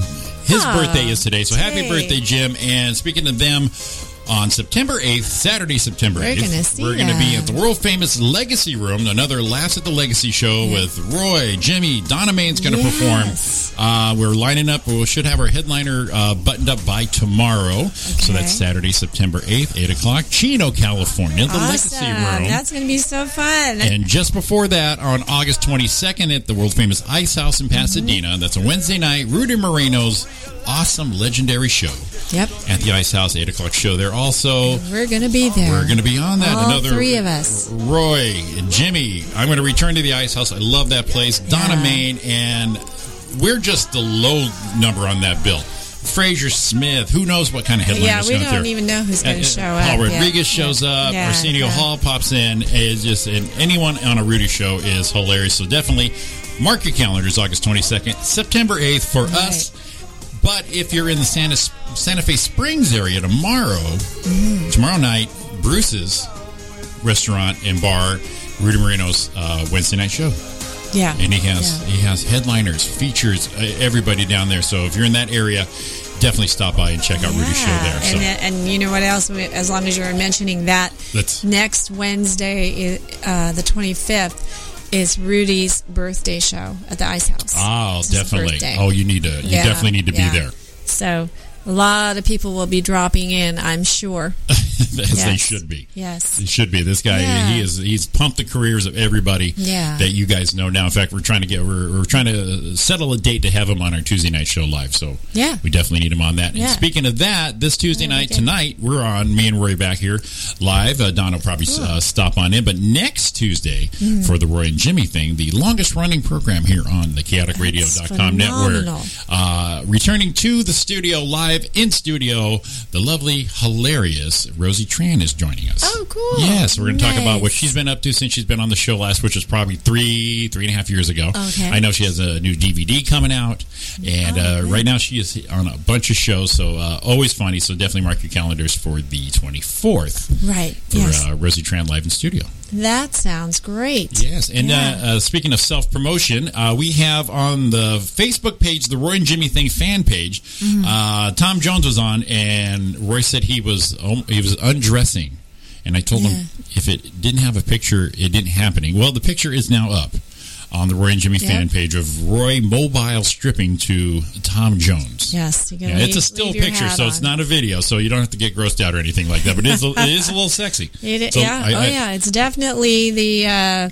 His Ah, birthday is today, so happy yay. birthday, Jim! And speaking of them. on September 8th, Saturday, September We're 8th. gonna see we're gonna be that. at the world famous Legacy Room, another Laughs at the Legacy show with Roy, Jimmy, Donna Main's going to Yes. perform. Uh, we're lining up. We should have our headliner uh, buttoned up by tomorrow. So that's Okay. Saturday, September 8th, 8 o'clock, Chino, California, the awesome. Legacy Room. That's going to be so fun. And just before that, on August 22nd at the world famous Ice House in Pasadena, Mm-hmm. that's a Wednesday night, Rudy Moreno's awesome legendary show yep. at the Ice House, 8 o'clock show there also. We're going to be there. We're going to be on that. All Another three of us. Roy, Jimmy. I'm going to return to the Ice House. I love that place. Donna Yeah. Main, and we're just the low number on that bill. Fraser Smith. Who knows what kind of headline Yeah, is we going don't to there? even know who's going Uh, to uh, show up. Paul Yeah. Rodriguez shows up. Yeah, Arsenio yeah. Hall pops in. It's just and anyone on a Rudy show is hilarious. So definitely mark your calendars. August 22nd, September 8th for us. But if you're in the Santa Santa Fe Springs area tomorrow, Mm-hmm. tomorrow night, Bruce's restaurant and bar, Rudy Marino's uh, Wednesday night show, Yeah. and he has he has headliners, features, uh, everybody down there. So if you're in that area, definitely stop by and check out Rudy's show Yeah. there. So And, then- and you know what else? We- As long as you were mentioning that, Let's- next Wednesday, i- uh, the 25th, is Rudy's birthday show at the Ice House. oh, It's his definitely. birthday. Oh, you need to. You Yeah, definitely need to yeah. be there. So a lot of people will be dropping in, I'm sure. As they Yes. should be. Yes. It should be. This guy, Yeah. he is he's pumped the careers of everybody Yeah. that you guys know now. In fact, we're trying to get we're, we're trying to settle a date to have him on our Tuesday night show live. So Yeah. we definitely need him on that. Yeah. And speaking of that, this Tuesday we night did. tonight we're on me and Roy back here live. Uh, Don will probably uh, stop on in, but next Tuesday Mm. for the Roy and Jimmy thing, the longest running program here on the chaoticradio.com phenomenal. network. Uh, returning to the studio live in studio, the lovely, hilarious Rosie Tran is joining us. Oh, cool. Yes, we're going to talk about what Nice. she's been up to since she's been on the show last, which was probably three, three and a half years ago. Okay. I know she has a new DVD coming out, and uh, right now she is on a bunch of shows, so uh, always funny. So definitely mark your calendars for the 24th Right. for yes. uh, Rosie Tran live in studio. that sounds great. Yes, and Yeah. uh, uh, speaking of self promotion, uh, we have on the Facebook page, the Roy and Jimmy Thing fan page. Mm-hmm. Uh, Tom Jones was on, and Roy said he was um, he was undressing, and I told him if it didn't have a picture, it didn't happening. Well, the picture is now up on the Roy and Jimmy Yep. fan page of Roy mobile stripping to Tom Jones. Yes. You can Yeah, leave, it's a still leave your picture, hat so it's on. not a video, so you don't have to get grossed out or anything like that. But it is a, it is a little sexy. It, So yeah. I- oh, I- yeah. It's definitely the uh,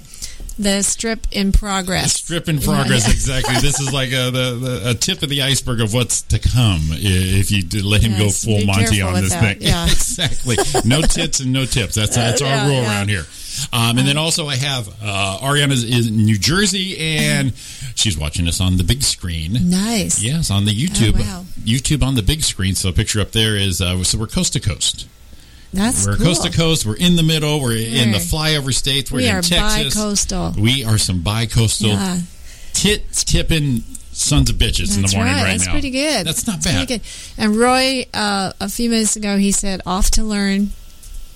the strip in progress. Strip in progress, Yeah. exactly. This is like a, the, the, a tip of the iceberg of what's to come i- if you d- let him Yes, go be full Monty careful on with this that, thing. yeah. exactly. No tits and no tips. That's that's Yeah, our rule yeah. around here. Um, and then also I have uh, Ariana is- is in New Jersey, and she's watching us on the big screen. Nice. Yes, on the YouTube, Oh, wow. YouTube on the big screen. So a picture up there is uh, so we're coast to coast. That's We're cool. coast to coast. We're in the middle. We're in the Sure. flyover states. We're We in are Texas. bi-coastal. We are some bi-coastal Yeah. tit tipping sons of bitches in the That's morning right. right, That's now. pretty good. That's not pretty bad. good. And Roy, uh, a few minutes ago, he said, "Off to learn,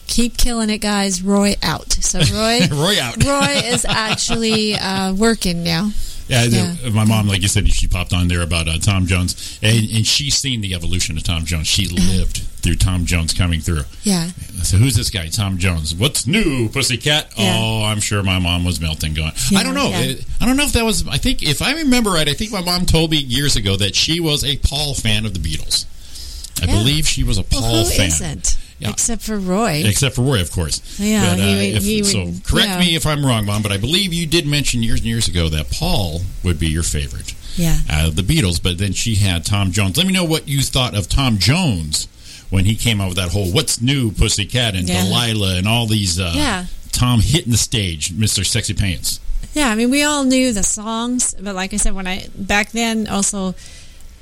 keep killing it, guys." Roy out. So Roy, Roy out. Roy is actually uh, working now. Yeah, the- Yeah. my mom, like you said, she popped on there about uh, Tom Jones, and, and she's seen the evolution of Tom Jones. Uh-huh. She lived through Tom Jones coming through. Yeah. So who's this guy, Tom Jones? What's new, pussycat? Yeah. Oh, I'm sure my mom was melting, going, I Yeah, don't know. yeah. It- I don't know if that was. I think if I remember right, I think my mom told me years ago that she was a Paul fan of the Beatles. I Yeah. believe she was a Paul well, who fan. not Yeah. Except for Roy. Except for Roy, of course. Yeah, But, uh, he would- if- he would- so correct yeah. me if I'm wrong, Mom, but I believe you did mention years and years ago that Paul would be your favorite yeah. out of the Beatles. But then she had Tom Jones. Let me know what you thought of Tom Jones when he came out with that whole "What's New, Pussycat" and Yeah. Delilah and all these. Uh, Yeah. Tom hitting the stage, Mr. Sexy Pants. Yeah, I mean, we all knew the songs, but like I said, when I back then, also,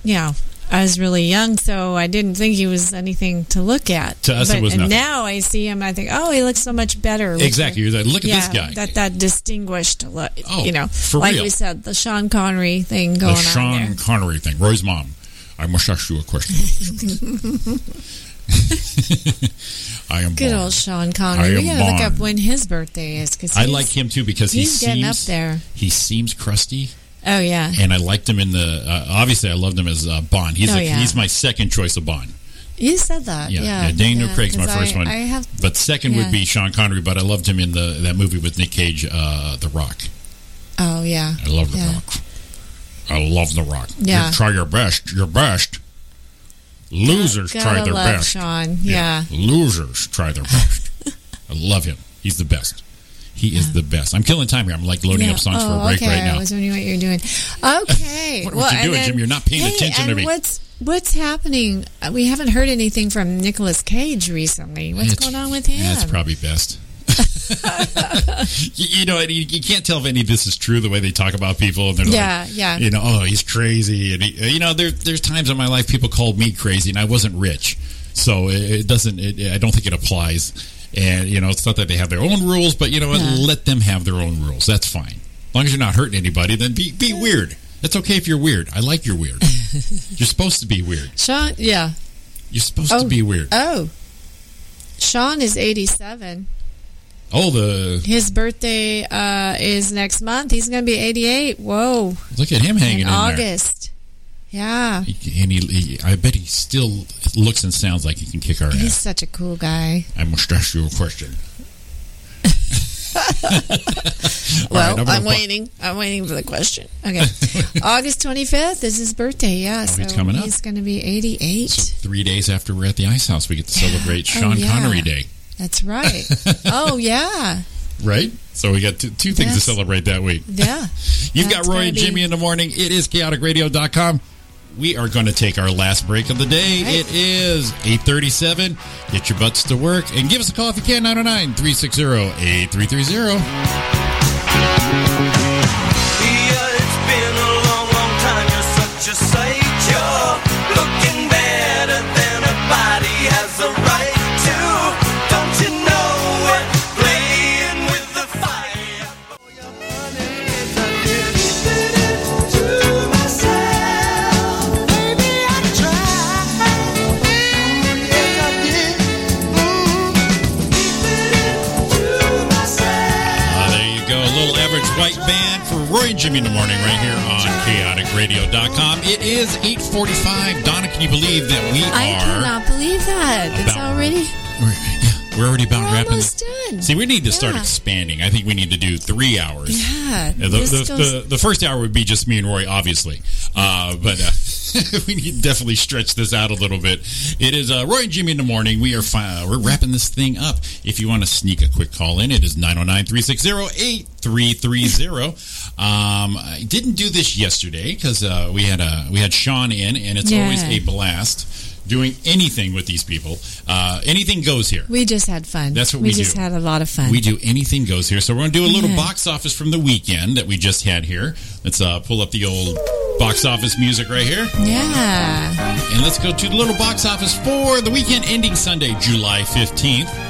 you know, I was really young, so I didn't think he was anything to look at. To us, it but was and nothing. now I see him, I think, oh, he looks so much better. with Exactly. the- You're like, look at yeah, this guy. That that distinguished look. Oh, you know, for like real. we said, the Sean Connery thing the going on Sean there. Connery thing. Roy's mom. I must ask you a question. I am Good born. old Sean I Connery. We am gotta look Bond. up when his birthday is because I like him too because he he's seems getting up there. He seems crusty, Oh yeah, and I liked him in the. Uh, obviously, I loved him as uh, Bond. He's Oh, a, yeah. he's my second choice of Bond. You said that. Yeah. yeah, Daniel Craig's my 'cause first I- one. I have. but second yeah. would be Sean Connery. But I loved him in the that movie with Nick Cage, uh, The Rock. Oh, yeah. I love The Yeah. Rock. I love The Rock. Yeah. You try your best. Your best. Losers Gotta try their love best. Sean. Yeah. Losers try their best. I love him. He's the best. He is the best. I'm killing time here. I'm like loading Yeah. up songs oh, for a break okay. right now. I was wondering what you're doing. Okay. What well, you and doing, then- Jim? You're not paying Hey, attention to and me. What's What's happening? Uh, We haven't heard anything from Nicolas Cage recently. What's It's- going on with him? That's probably best. you, you know, and you, you can't tell if any of this is true the way they talk about people. And they're Yeah, like, yeah. You know, oh, he's crazy. And he, you know, there, there's times in my life people called me crazy, and I wasn't rich, so it, it doesn't. It, I don't think it applies. And you know, it's not that they have their own rules, but you know what? Yeah. Let them have their own rules. That's fine. As long as you're not hurting anybody, then be be weird. That's okay if you're weird. I like your weird. you're supposed to be weird. Sean. Yeah. You're supposed Oh. to be weird. Oh. Sean is 87. Oh, the His birthday uh, is next month. He's going to be 88. Whoa. look at him hanging in in, there. August. Yeah. He- and he, he- I bet he still looks and sounds like he can kick our He's ass. such a cool guy. I must ask you a question. All Well, right, I'm I'm, gonna bu- waiting. I'm waiting for the question. Okay. August 25th is his birthday. Yeah. so he's coming up. He's going to be 88. Three days after we're at the ice house, we get to celebrate Oh, Sean yeah. Connery Day, That's right. oh, yeah. right? So we got two, two things Yes. to celebrate that week. Yeah. You've got That's Roy gonna and be- Jimmy in the morning. It is chaoticradio.com. We are going to take our last break of the day. All right. It is 837. Get your butts to work and give us a call if you can, 909-360-8330. Leah, it's been a long, long time. You're such a sight. You're looking better than a body has a right to. Don't you know it? Playing with the fire. Ah, there you go. A little average white band for Roy and Jimmy in the morning right here on chaoticradio.com. It is 845. Donna, can you believe that we I are... cannot believe that. It's about- already. We're, yeah, we're already about We're wrapping this. almost done. See, we need to start Yeah. expanding. I think we need to do three hours. Yeah. Yeah, The, this the, goes- the, the first hour would be just me and Roy, obviously. Uh, but uh, we need to definitely stretch this out a little bit. It is uh, Roy and Jimmy in the morning. We are fi- uh, we're wrapping this thing up. If you want to sneak a quick call in, it is 909 360 8330. Um, I didn't do this yesterday because uh, we, had, uh, we had Sean in, and it's Yeah. always a blast doing anything with these people. Uh, anything goes here. we just had fun. That's what we just do. had a lot of fun. We do anything goes here. So we're going to do a little Yeah. box office from the weekend that we just had here. Let's uh, pull up the old box office music right here. yeah. And let's go to the little box office for the weekend ending Sunday, July 15th.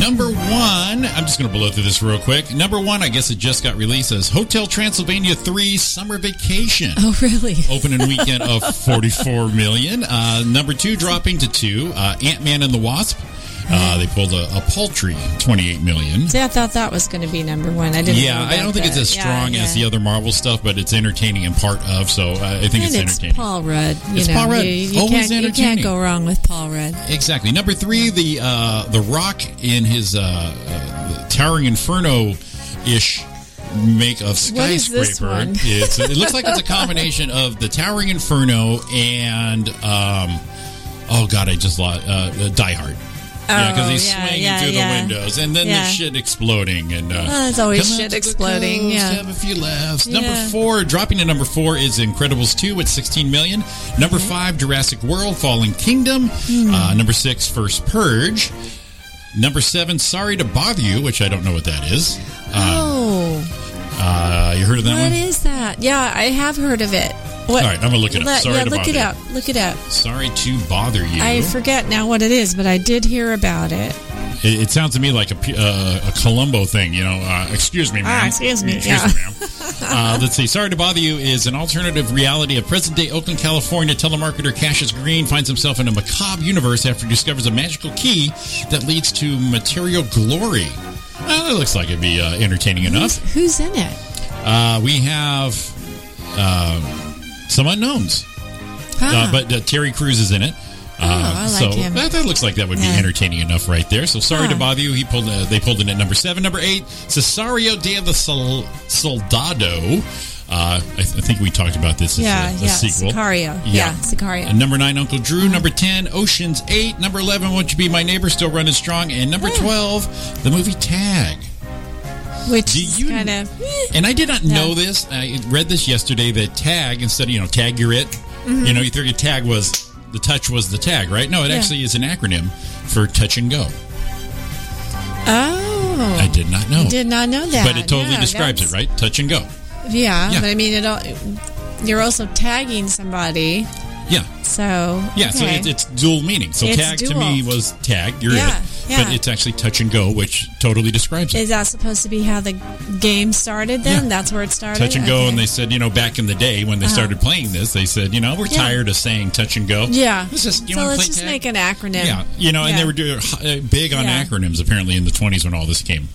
Number one, I'm just going to blow through this real quick. Number one, I guess it just got released as Hotel Transylvania 3 Summer Vacation Oh, really? opening weekend of 44 million. Uh, number two dropping to two, uh, Ant Man and the Wasp. Uh, they pulled a, a paltry 28 million. See, I thought that was going to be number one. I didn't. know Yeah, I about don't think it's that. as Yeah, strong as yeah. the other Marvel stuff, but it's entertaining and part of. So uh, I think And it's it's entertaining. Paul Rudd. You It's know, Paul Rudd. You, you Always can't, You can't entertaining. go wrong with Paul Rudd. Exactly. Number three, the uh, the Rock in his uh, uh, towering inferno ish make of skyscraper. What is this one? It's, it looks like it's a combination of the towering inferno and um, oh god, I just lost uh, uh, Die Hard. yeah, because Oh, he's yeah, swinging yeah, through yeah. the windows, and then the Yeah. shit exploding, and uh, Oh, it's always Come out shit to the exploding, coast, yeah. have a few laughs. Number Yeah. four, dropping to number four is Incredibles two at sixteen million. Number five, Jurassic World: Fallen Kingdom. Hmm. Uh, number six, First Purge. Number seven, Sorry to Bother You, which I don't know what that is. oh, Uh, you heard of Uh-huh. that what one? is that? Yeah, I have heard of it. What? All right, I'm gonna look it up. Let- Sorry yeah, to look bother it you. up. Look it up. Sorry to bother you. I forget now what it is, but I did hear about it. It, it sounds to me like a, P- uh, a Columbo thing, you know. Uh, excuse me, ma'am. Ah, excuse me, Excuse yeah. me, ma'am. Uh, let's see. Sorry to bother you is an alternative reality of present day Oakland, California. Telemarketer Cassius Green finds himself in a macabre universe after he discovers a magical key that leads to material glory. Well, that looks like it'd be uh, entertaining enough. Who's in it? Uh, we have uh, some unknowns, Huh. uh, but uh, Terry uh, Crews is in it. Ah. Oh, I like so him. That, that looks like that would be Yeah. entertaining enough right there. So sorry Huh. to bother you. He pulled. Uh, they pulled in at number seven. Number eight, Cesario de la Sol- Soldado. Uh, I, th- I think we talked about this as yeah, a, a yeah. sequel. Sicario. Yeah, Sicario. And number nine, Uncle Drew. Number ten, Ocean's Eight. Number eleven, Won't You Be My Neighbor? Still running strong. And number twelve, the movie Tag. Which Do is you- kind of And I did not Yeah. know this. I read this yesterday that tag instead of you know tag you're it. You know you think a tag was the touch was the tag, right? No, it Mm-hmm. Yeah. actually is an acronym for touch and go. oh. I did not know, I did not know that. but it totally No, describes it, that's- right? Touch and go. Yeah, Yeah. but I mean, it all, you're also tagging somebody, Yeah, so yeah. So okay. it, it's dual meaning. So It's tag to me dual. was tag. You're Yeah, it, yeah. but it's actually touch and go, which totally describes it. Is that supposed to be how the game started? Then Yeah. that's where it started. Touch and go, Okay. and they said, you know, back in the day when they Uh-huh. started playing this, they said, you know, we're Yeah. tired of saying touch and go. yeah. Let's just, you so wanna let's play just tag? make an acronym. Yeah, you know, and Yeah. they were doing, uh, big on Yeah. acronyms apparently in the 20s when all this came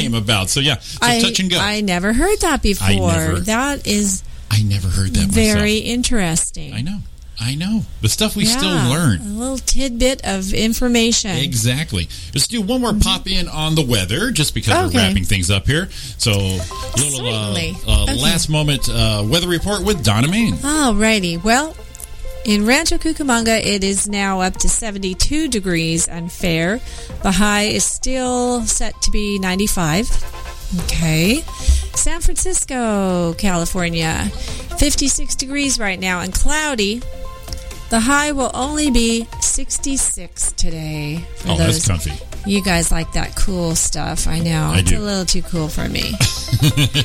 came about. So yeah, so I, touch and go. I, I never heard that before. never- that is never heard that. very Myself. interesting. I know. I know the stuff we still Yeah, learn. A little tidbit of information. Exactly. Let's do one more pop in on the weather, just because Mm-hmm. Okay. we're wrapping things up here. So, little uh, Certainly. uh, Okay. last moment uh, weather report with Donna Main. Alrighty. Well, in Rancho Cucamonga, it is now up to 72 degrees and fair. The high is still set to be 95. Okay. San Francisco, California, 56 degrees right now and cloudy. The high will only be 66 today. for Oh, that's comfy. you guys like that cool stuff. I know. I it's do. a little too cool for me.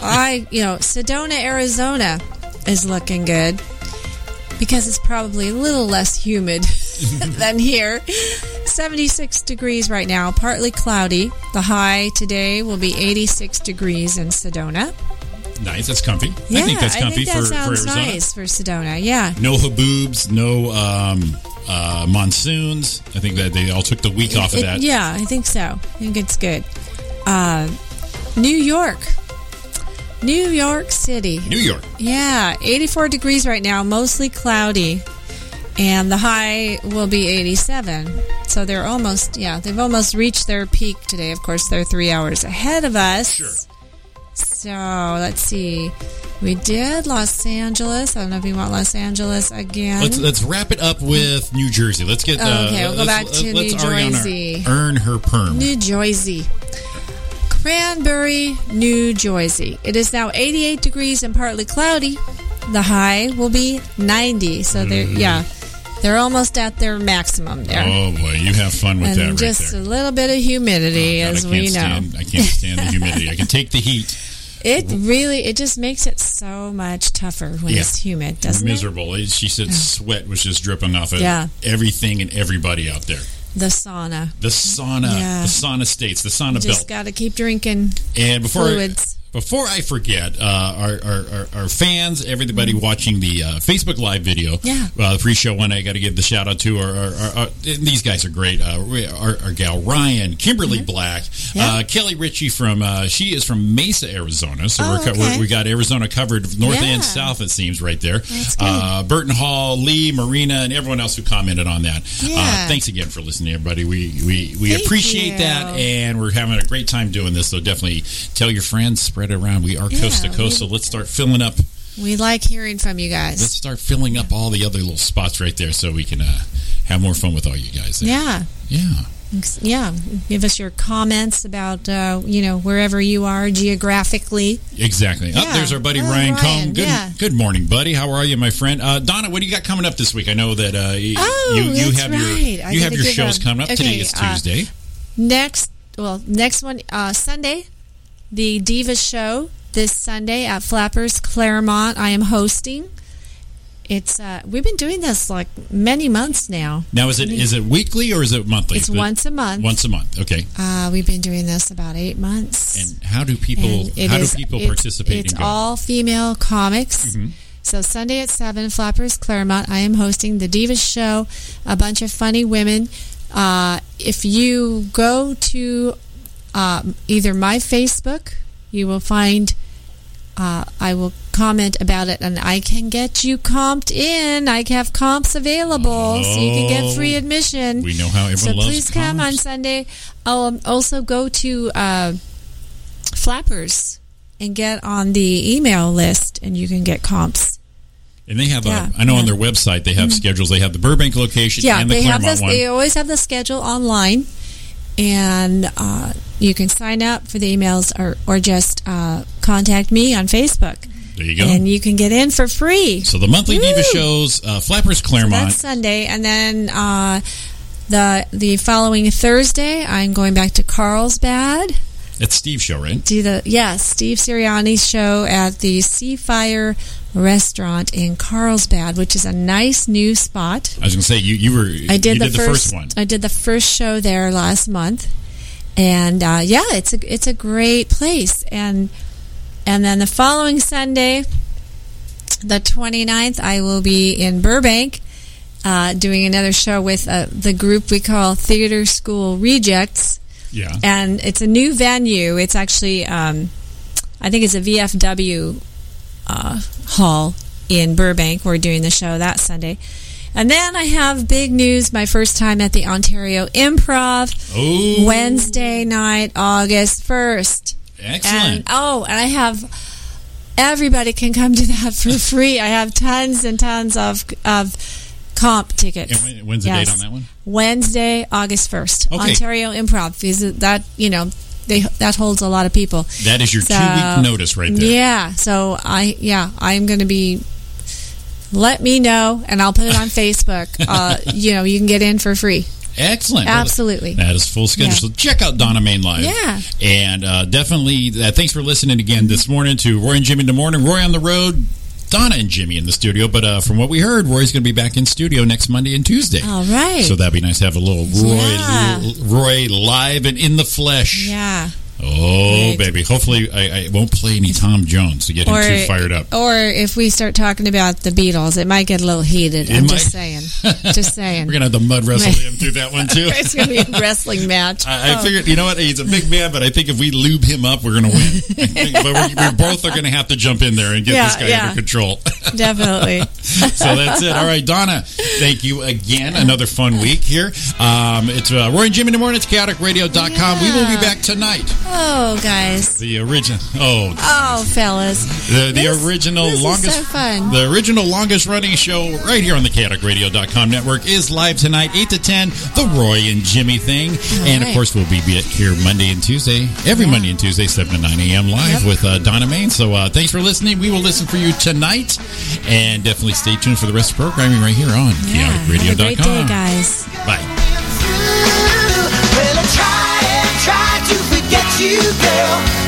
I, you know, Sedona, Arizona is looking good because it's probably a little less humid than here. 76 degrees right now, partly cloudy. The high today will be 86 degrees in Sedona. Nice. That's comfy. I think that's comfy that for, for sounds Arizona. nice for Sedona. Yeah. No haboobs, no um, uh, monsoons. I think that they all took the week off of It- that. yeah, I think so. I think it's good. Uh, New York. New York City. New York. Yeah, 84 degrees right now, mostly cloudy. And the high will be 87. So they're almost, yeah, they've almost reached their peak today. Of course, they're three hours ahead of us. Sure. So let's see. We did Los Angeles. I don't know if you want Los Angeles again. Let's let's wrap it up with New Jersey. Let's get uh, Oh, Okay, we'll go let's- back to let's New Ariana Jersey. Earn her perm. New Jersey. Cranberry, New Jersey. It is now 88 degrees and partly cloudy. The high will be 90. So they're yeah, they're almost at their maximum there. Mm-hmm. Oh boy, you have fun with and that right just there. Oh, a little bit of humidity, God, as I can't we know. stand, I can't stand the humidity. I can take the heat. It really, it just makes it so much tougher when Yeah. it's humid, doesn't it? Miserable. It- She said sweat was just dripping off of Yeah. everything and everybody out there. The sauna. The sauna, Yeah. the sauna states, the sauna belt. Just got to keep drinking. And before Fluids. before I forget, uh, our, our, our, our fans, everybody watching the uh, Facebook Live video, Mm-hmm. Yeah. uh, the pre-show one, I got to give the shout out to our, our, our, our- and these guys are great. Uh, we- our, our gal Ryan, Mm-hmm. Kimberly Black, uh, Kelly Ritchie from uh, she is from Mesa, Arizona, so Oh, we're, co- okay. we're we got Arizona covered north Yeah. and south. It seems right there. That's good. Uh, Burton Hall, Lee, Marina, and everyone else who commented on that. Yeah. Uh, thanks again for listening, everybody. We we, we Thank appreciate you. that and we're having a great time doing this. So definitely tell your friends, spread it around. We are coast to Yeah, coast, so let's start filling up. We like hearing from you Let's guys. start filling up all the other little spots right there, so we can uh, have more fun with all you guys. There. Yeah. yeah. yeah give us your comments about uh, you know wherever you are geographically Exactly. Up Yeah. there's our buddy Oh, Ryan, Ryan, Combe. Good, yeah. good morning, buddy. How are you, my friend? Uh, Donna, what do you got coming up this week? I know that uh, y- Oh, you you that's have right. your I you have gotta your give shows a- coming up. Today okay, is uh, Tuesday. next well next one uh, sunday the diva show this sunday at flappers claremont i am hosting it's uh, we've been doing this like many months now Now is it is it weekly or is it monthly? it's But- once a month Once a month. Okay. uh, we've been doing this about eight months And how do people And it how is- do people it's- participate? Mm-hmm. It's and go? all female comics. So Sunday at seven, Flappers Claremont. I am hosting the Divas Show. A bunch of funny women. Uh, if you go to um, either my Facebook, you will find. Uh, I will comment about it, and I can get you comped in. I have comps available, so you can Oh. get free admission. We know how everyone so loves please come on Sunday. I'll also go to uh, Flappers and get on the email list, and you can get comps. And they have, Yeah, Mm-hmm. a, I know on their website they have schedules. They have the Burbank location Yeah, and the they have Claremont this. one. They always have the schedule online, and uh, you can sign up for the emails or or just uh, contact me on Facebook. There you go. And you can get in for free. so the monthly Diva Woo! shows, uh, Flappers Claremont. That's Sunday, and then uh, the the following Thursday, I'm going back to Carlsbad. That's Steve's show, right? Do the yeah Steve Sirianni's show at the Seafire Restaurant in Carlsbad, which is a nice new spot. I was going to say you you were I did, you the, did first, one. I did the first show there last month, and uh, yeah, it's a it's a great place. And and then the following Sunday, the 29th, I will be in Burbank uh, doing another show with uh, the group we call Theater School Rejects. Yeah. and it's a new venue. It's actually um, I think it's a VFW uh, hall in Burbank. We're doing the show that Sunday. And then I have big news my first time at the Ontario Improv Oh. Wednesday night, August 1st. Excellent. And, oh, and I have everybody can come to that for free. I have tons and tons of of comp tickets. And when- when's the date on that one? Wednesday, August 1st. Okay. Ontario Improv. Is it that, you know, they that holds a lot of people. That is your So, two-week notice right there. Yeah. So I yeah, I'm going to be let me know and I'll put it on Facebook. Uh, you know, you can get in for free. Excellent. Absolutely. That is full schedule. Yeah. So check out Donna Main Live. Yeah. And uh, definitely, uh, thanks for listening again this morning to Roy and Jimmy in the morning. Roy on the road, Donna and Jimmy in the studio. But uh, from what we heard, Roy's going to be back in studio next Monday and Tuesday. All right. So that'd be nice to have a little Roy, Oh, Yeah. Roy live and in the flesh. yeah. Oh, Right. baby. Hopefully, I, I won't play any Tom Jones to get him too fired up. Or if we start talking about the Beatles, it might get a little heated. It I'm might. just saying. Just saying. We're going to have to mud wrestle him through that one, too. it's going to be a wrestling match. I, I Oh. figured, you know what? He's a big man, but I think if we lube him up, we're going to win. I think- but we we both are going to have to jump in there and get Yeah, this guy yeah. under control. Definitely. so that's it. All right, Donna, thank you again. Another fun week here. Um, it's uh, Roy and Jimmy in the morning. It's chaoticradio.com. We will be back tonight. Oh, guys. The original, oh, Oh, fellas. the, the This- original this is so longest, fun. the original longest running show right here on the chaoticradio.com network is live tonight, eight to ten. The Roy and Jimmy thing, and of right. course we'll be be- here Monday and Tuesday, every Monday and Tuesday, seven to nine a.m. live Yep. with uh, Donna Main. So uh, thanks for listening. We will listen for you tonight, and definitely stay tuned for the rest of the programming right here on Yeah. Have a chaoticradio.com. great day, guys. Bye. Well, I try and try to forget you, girl,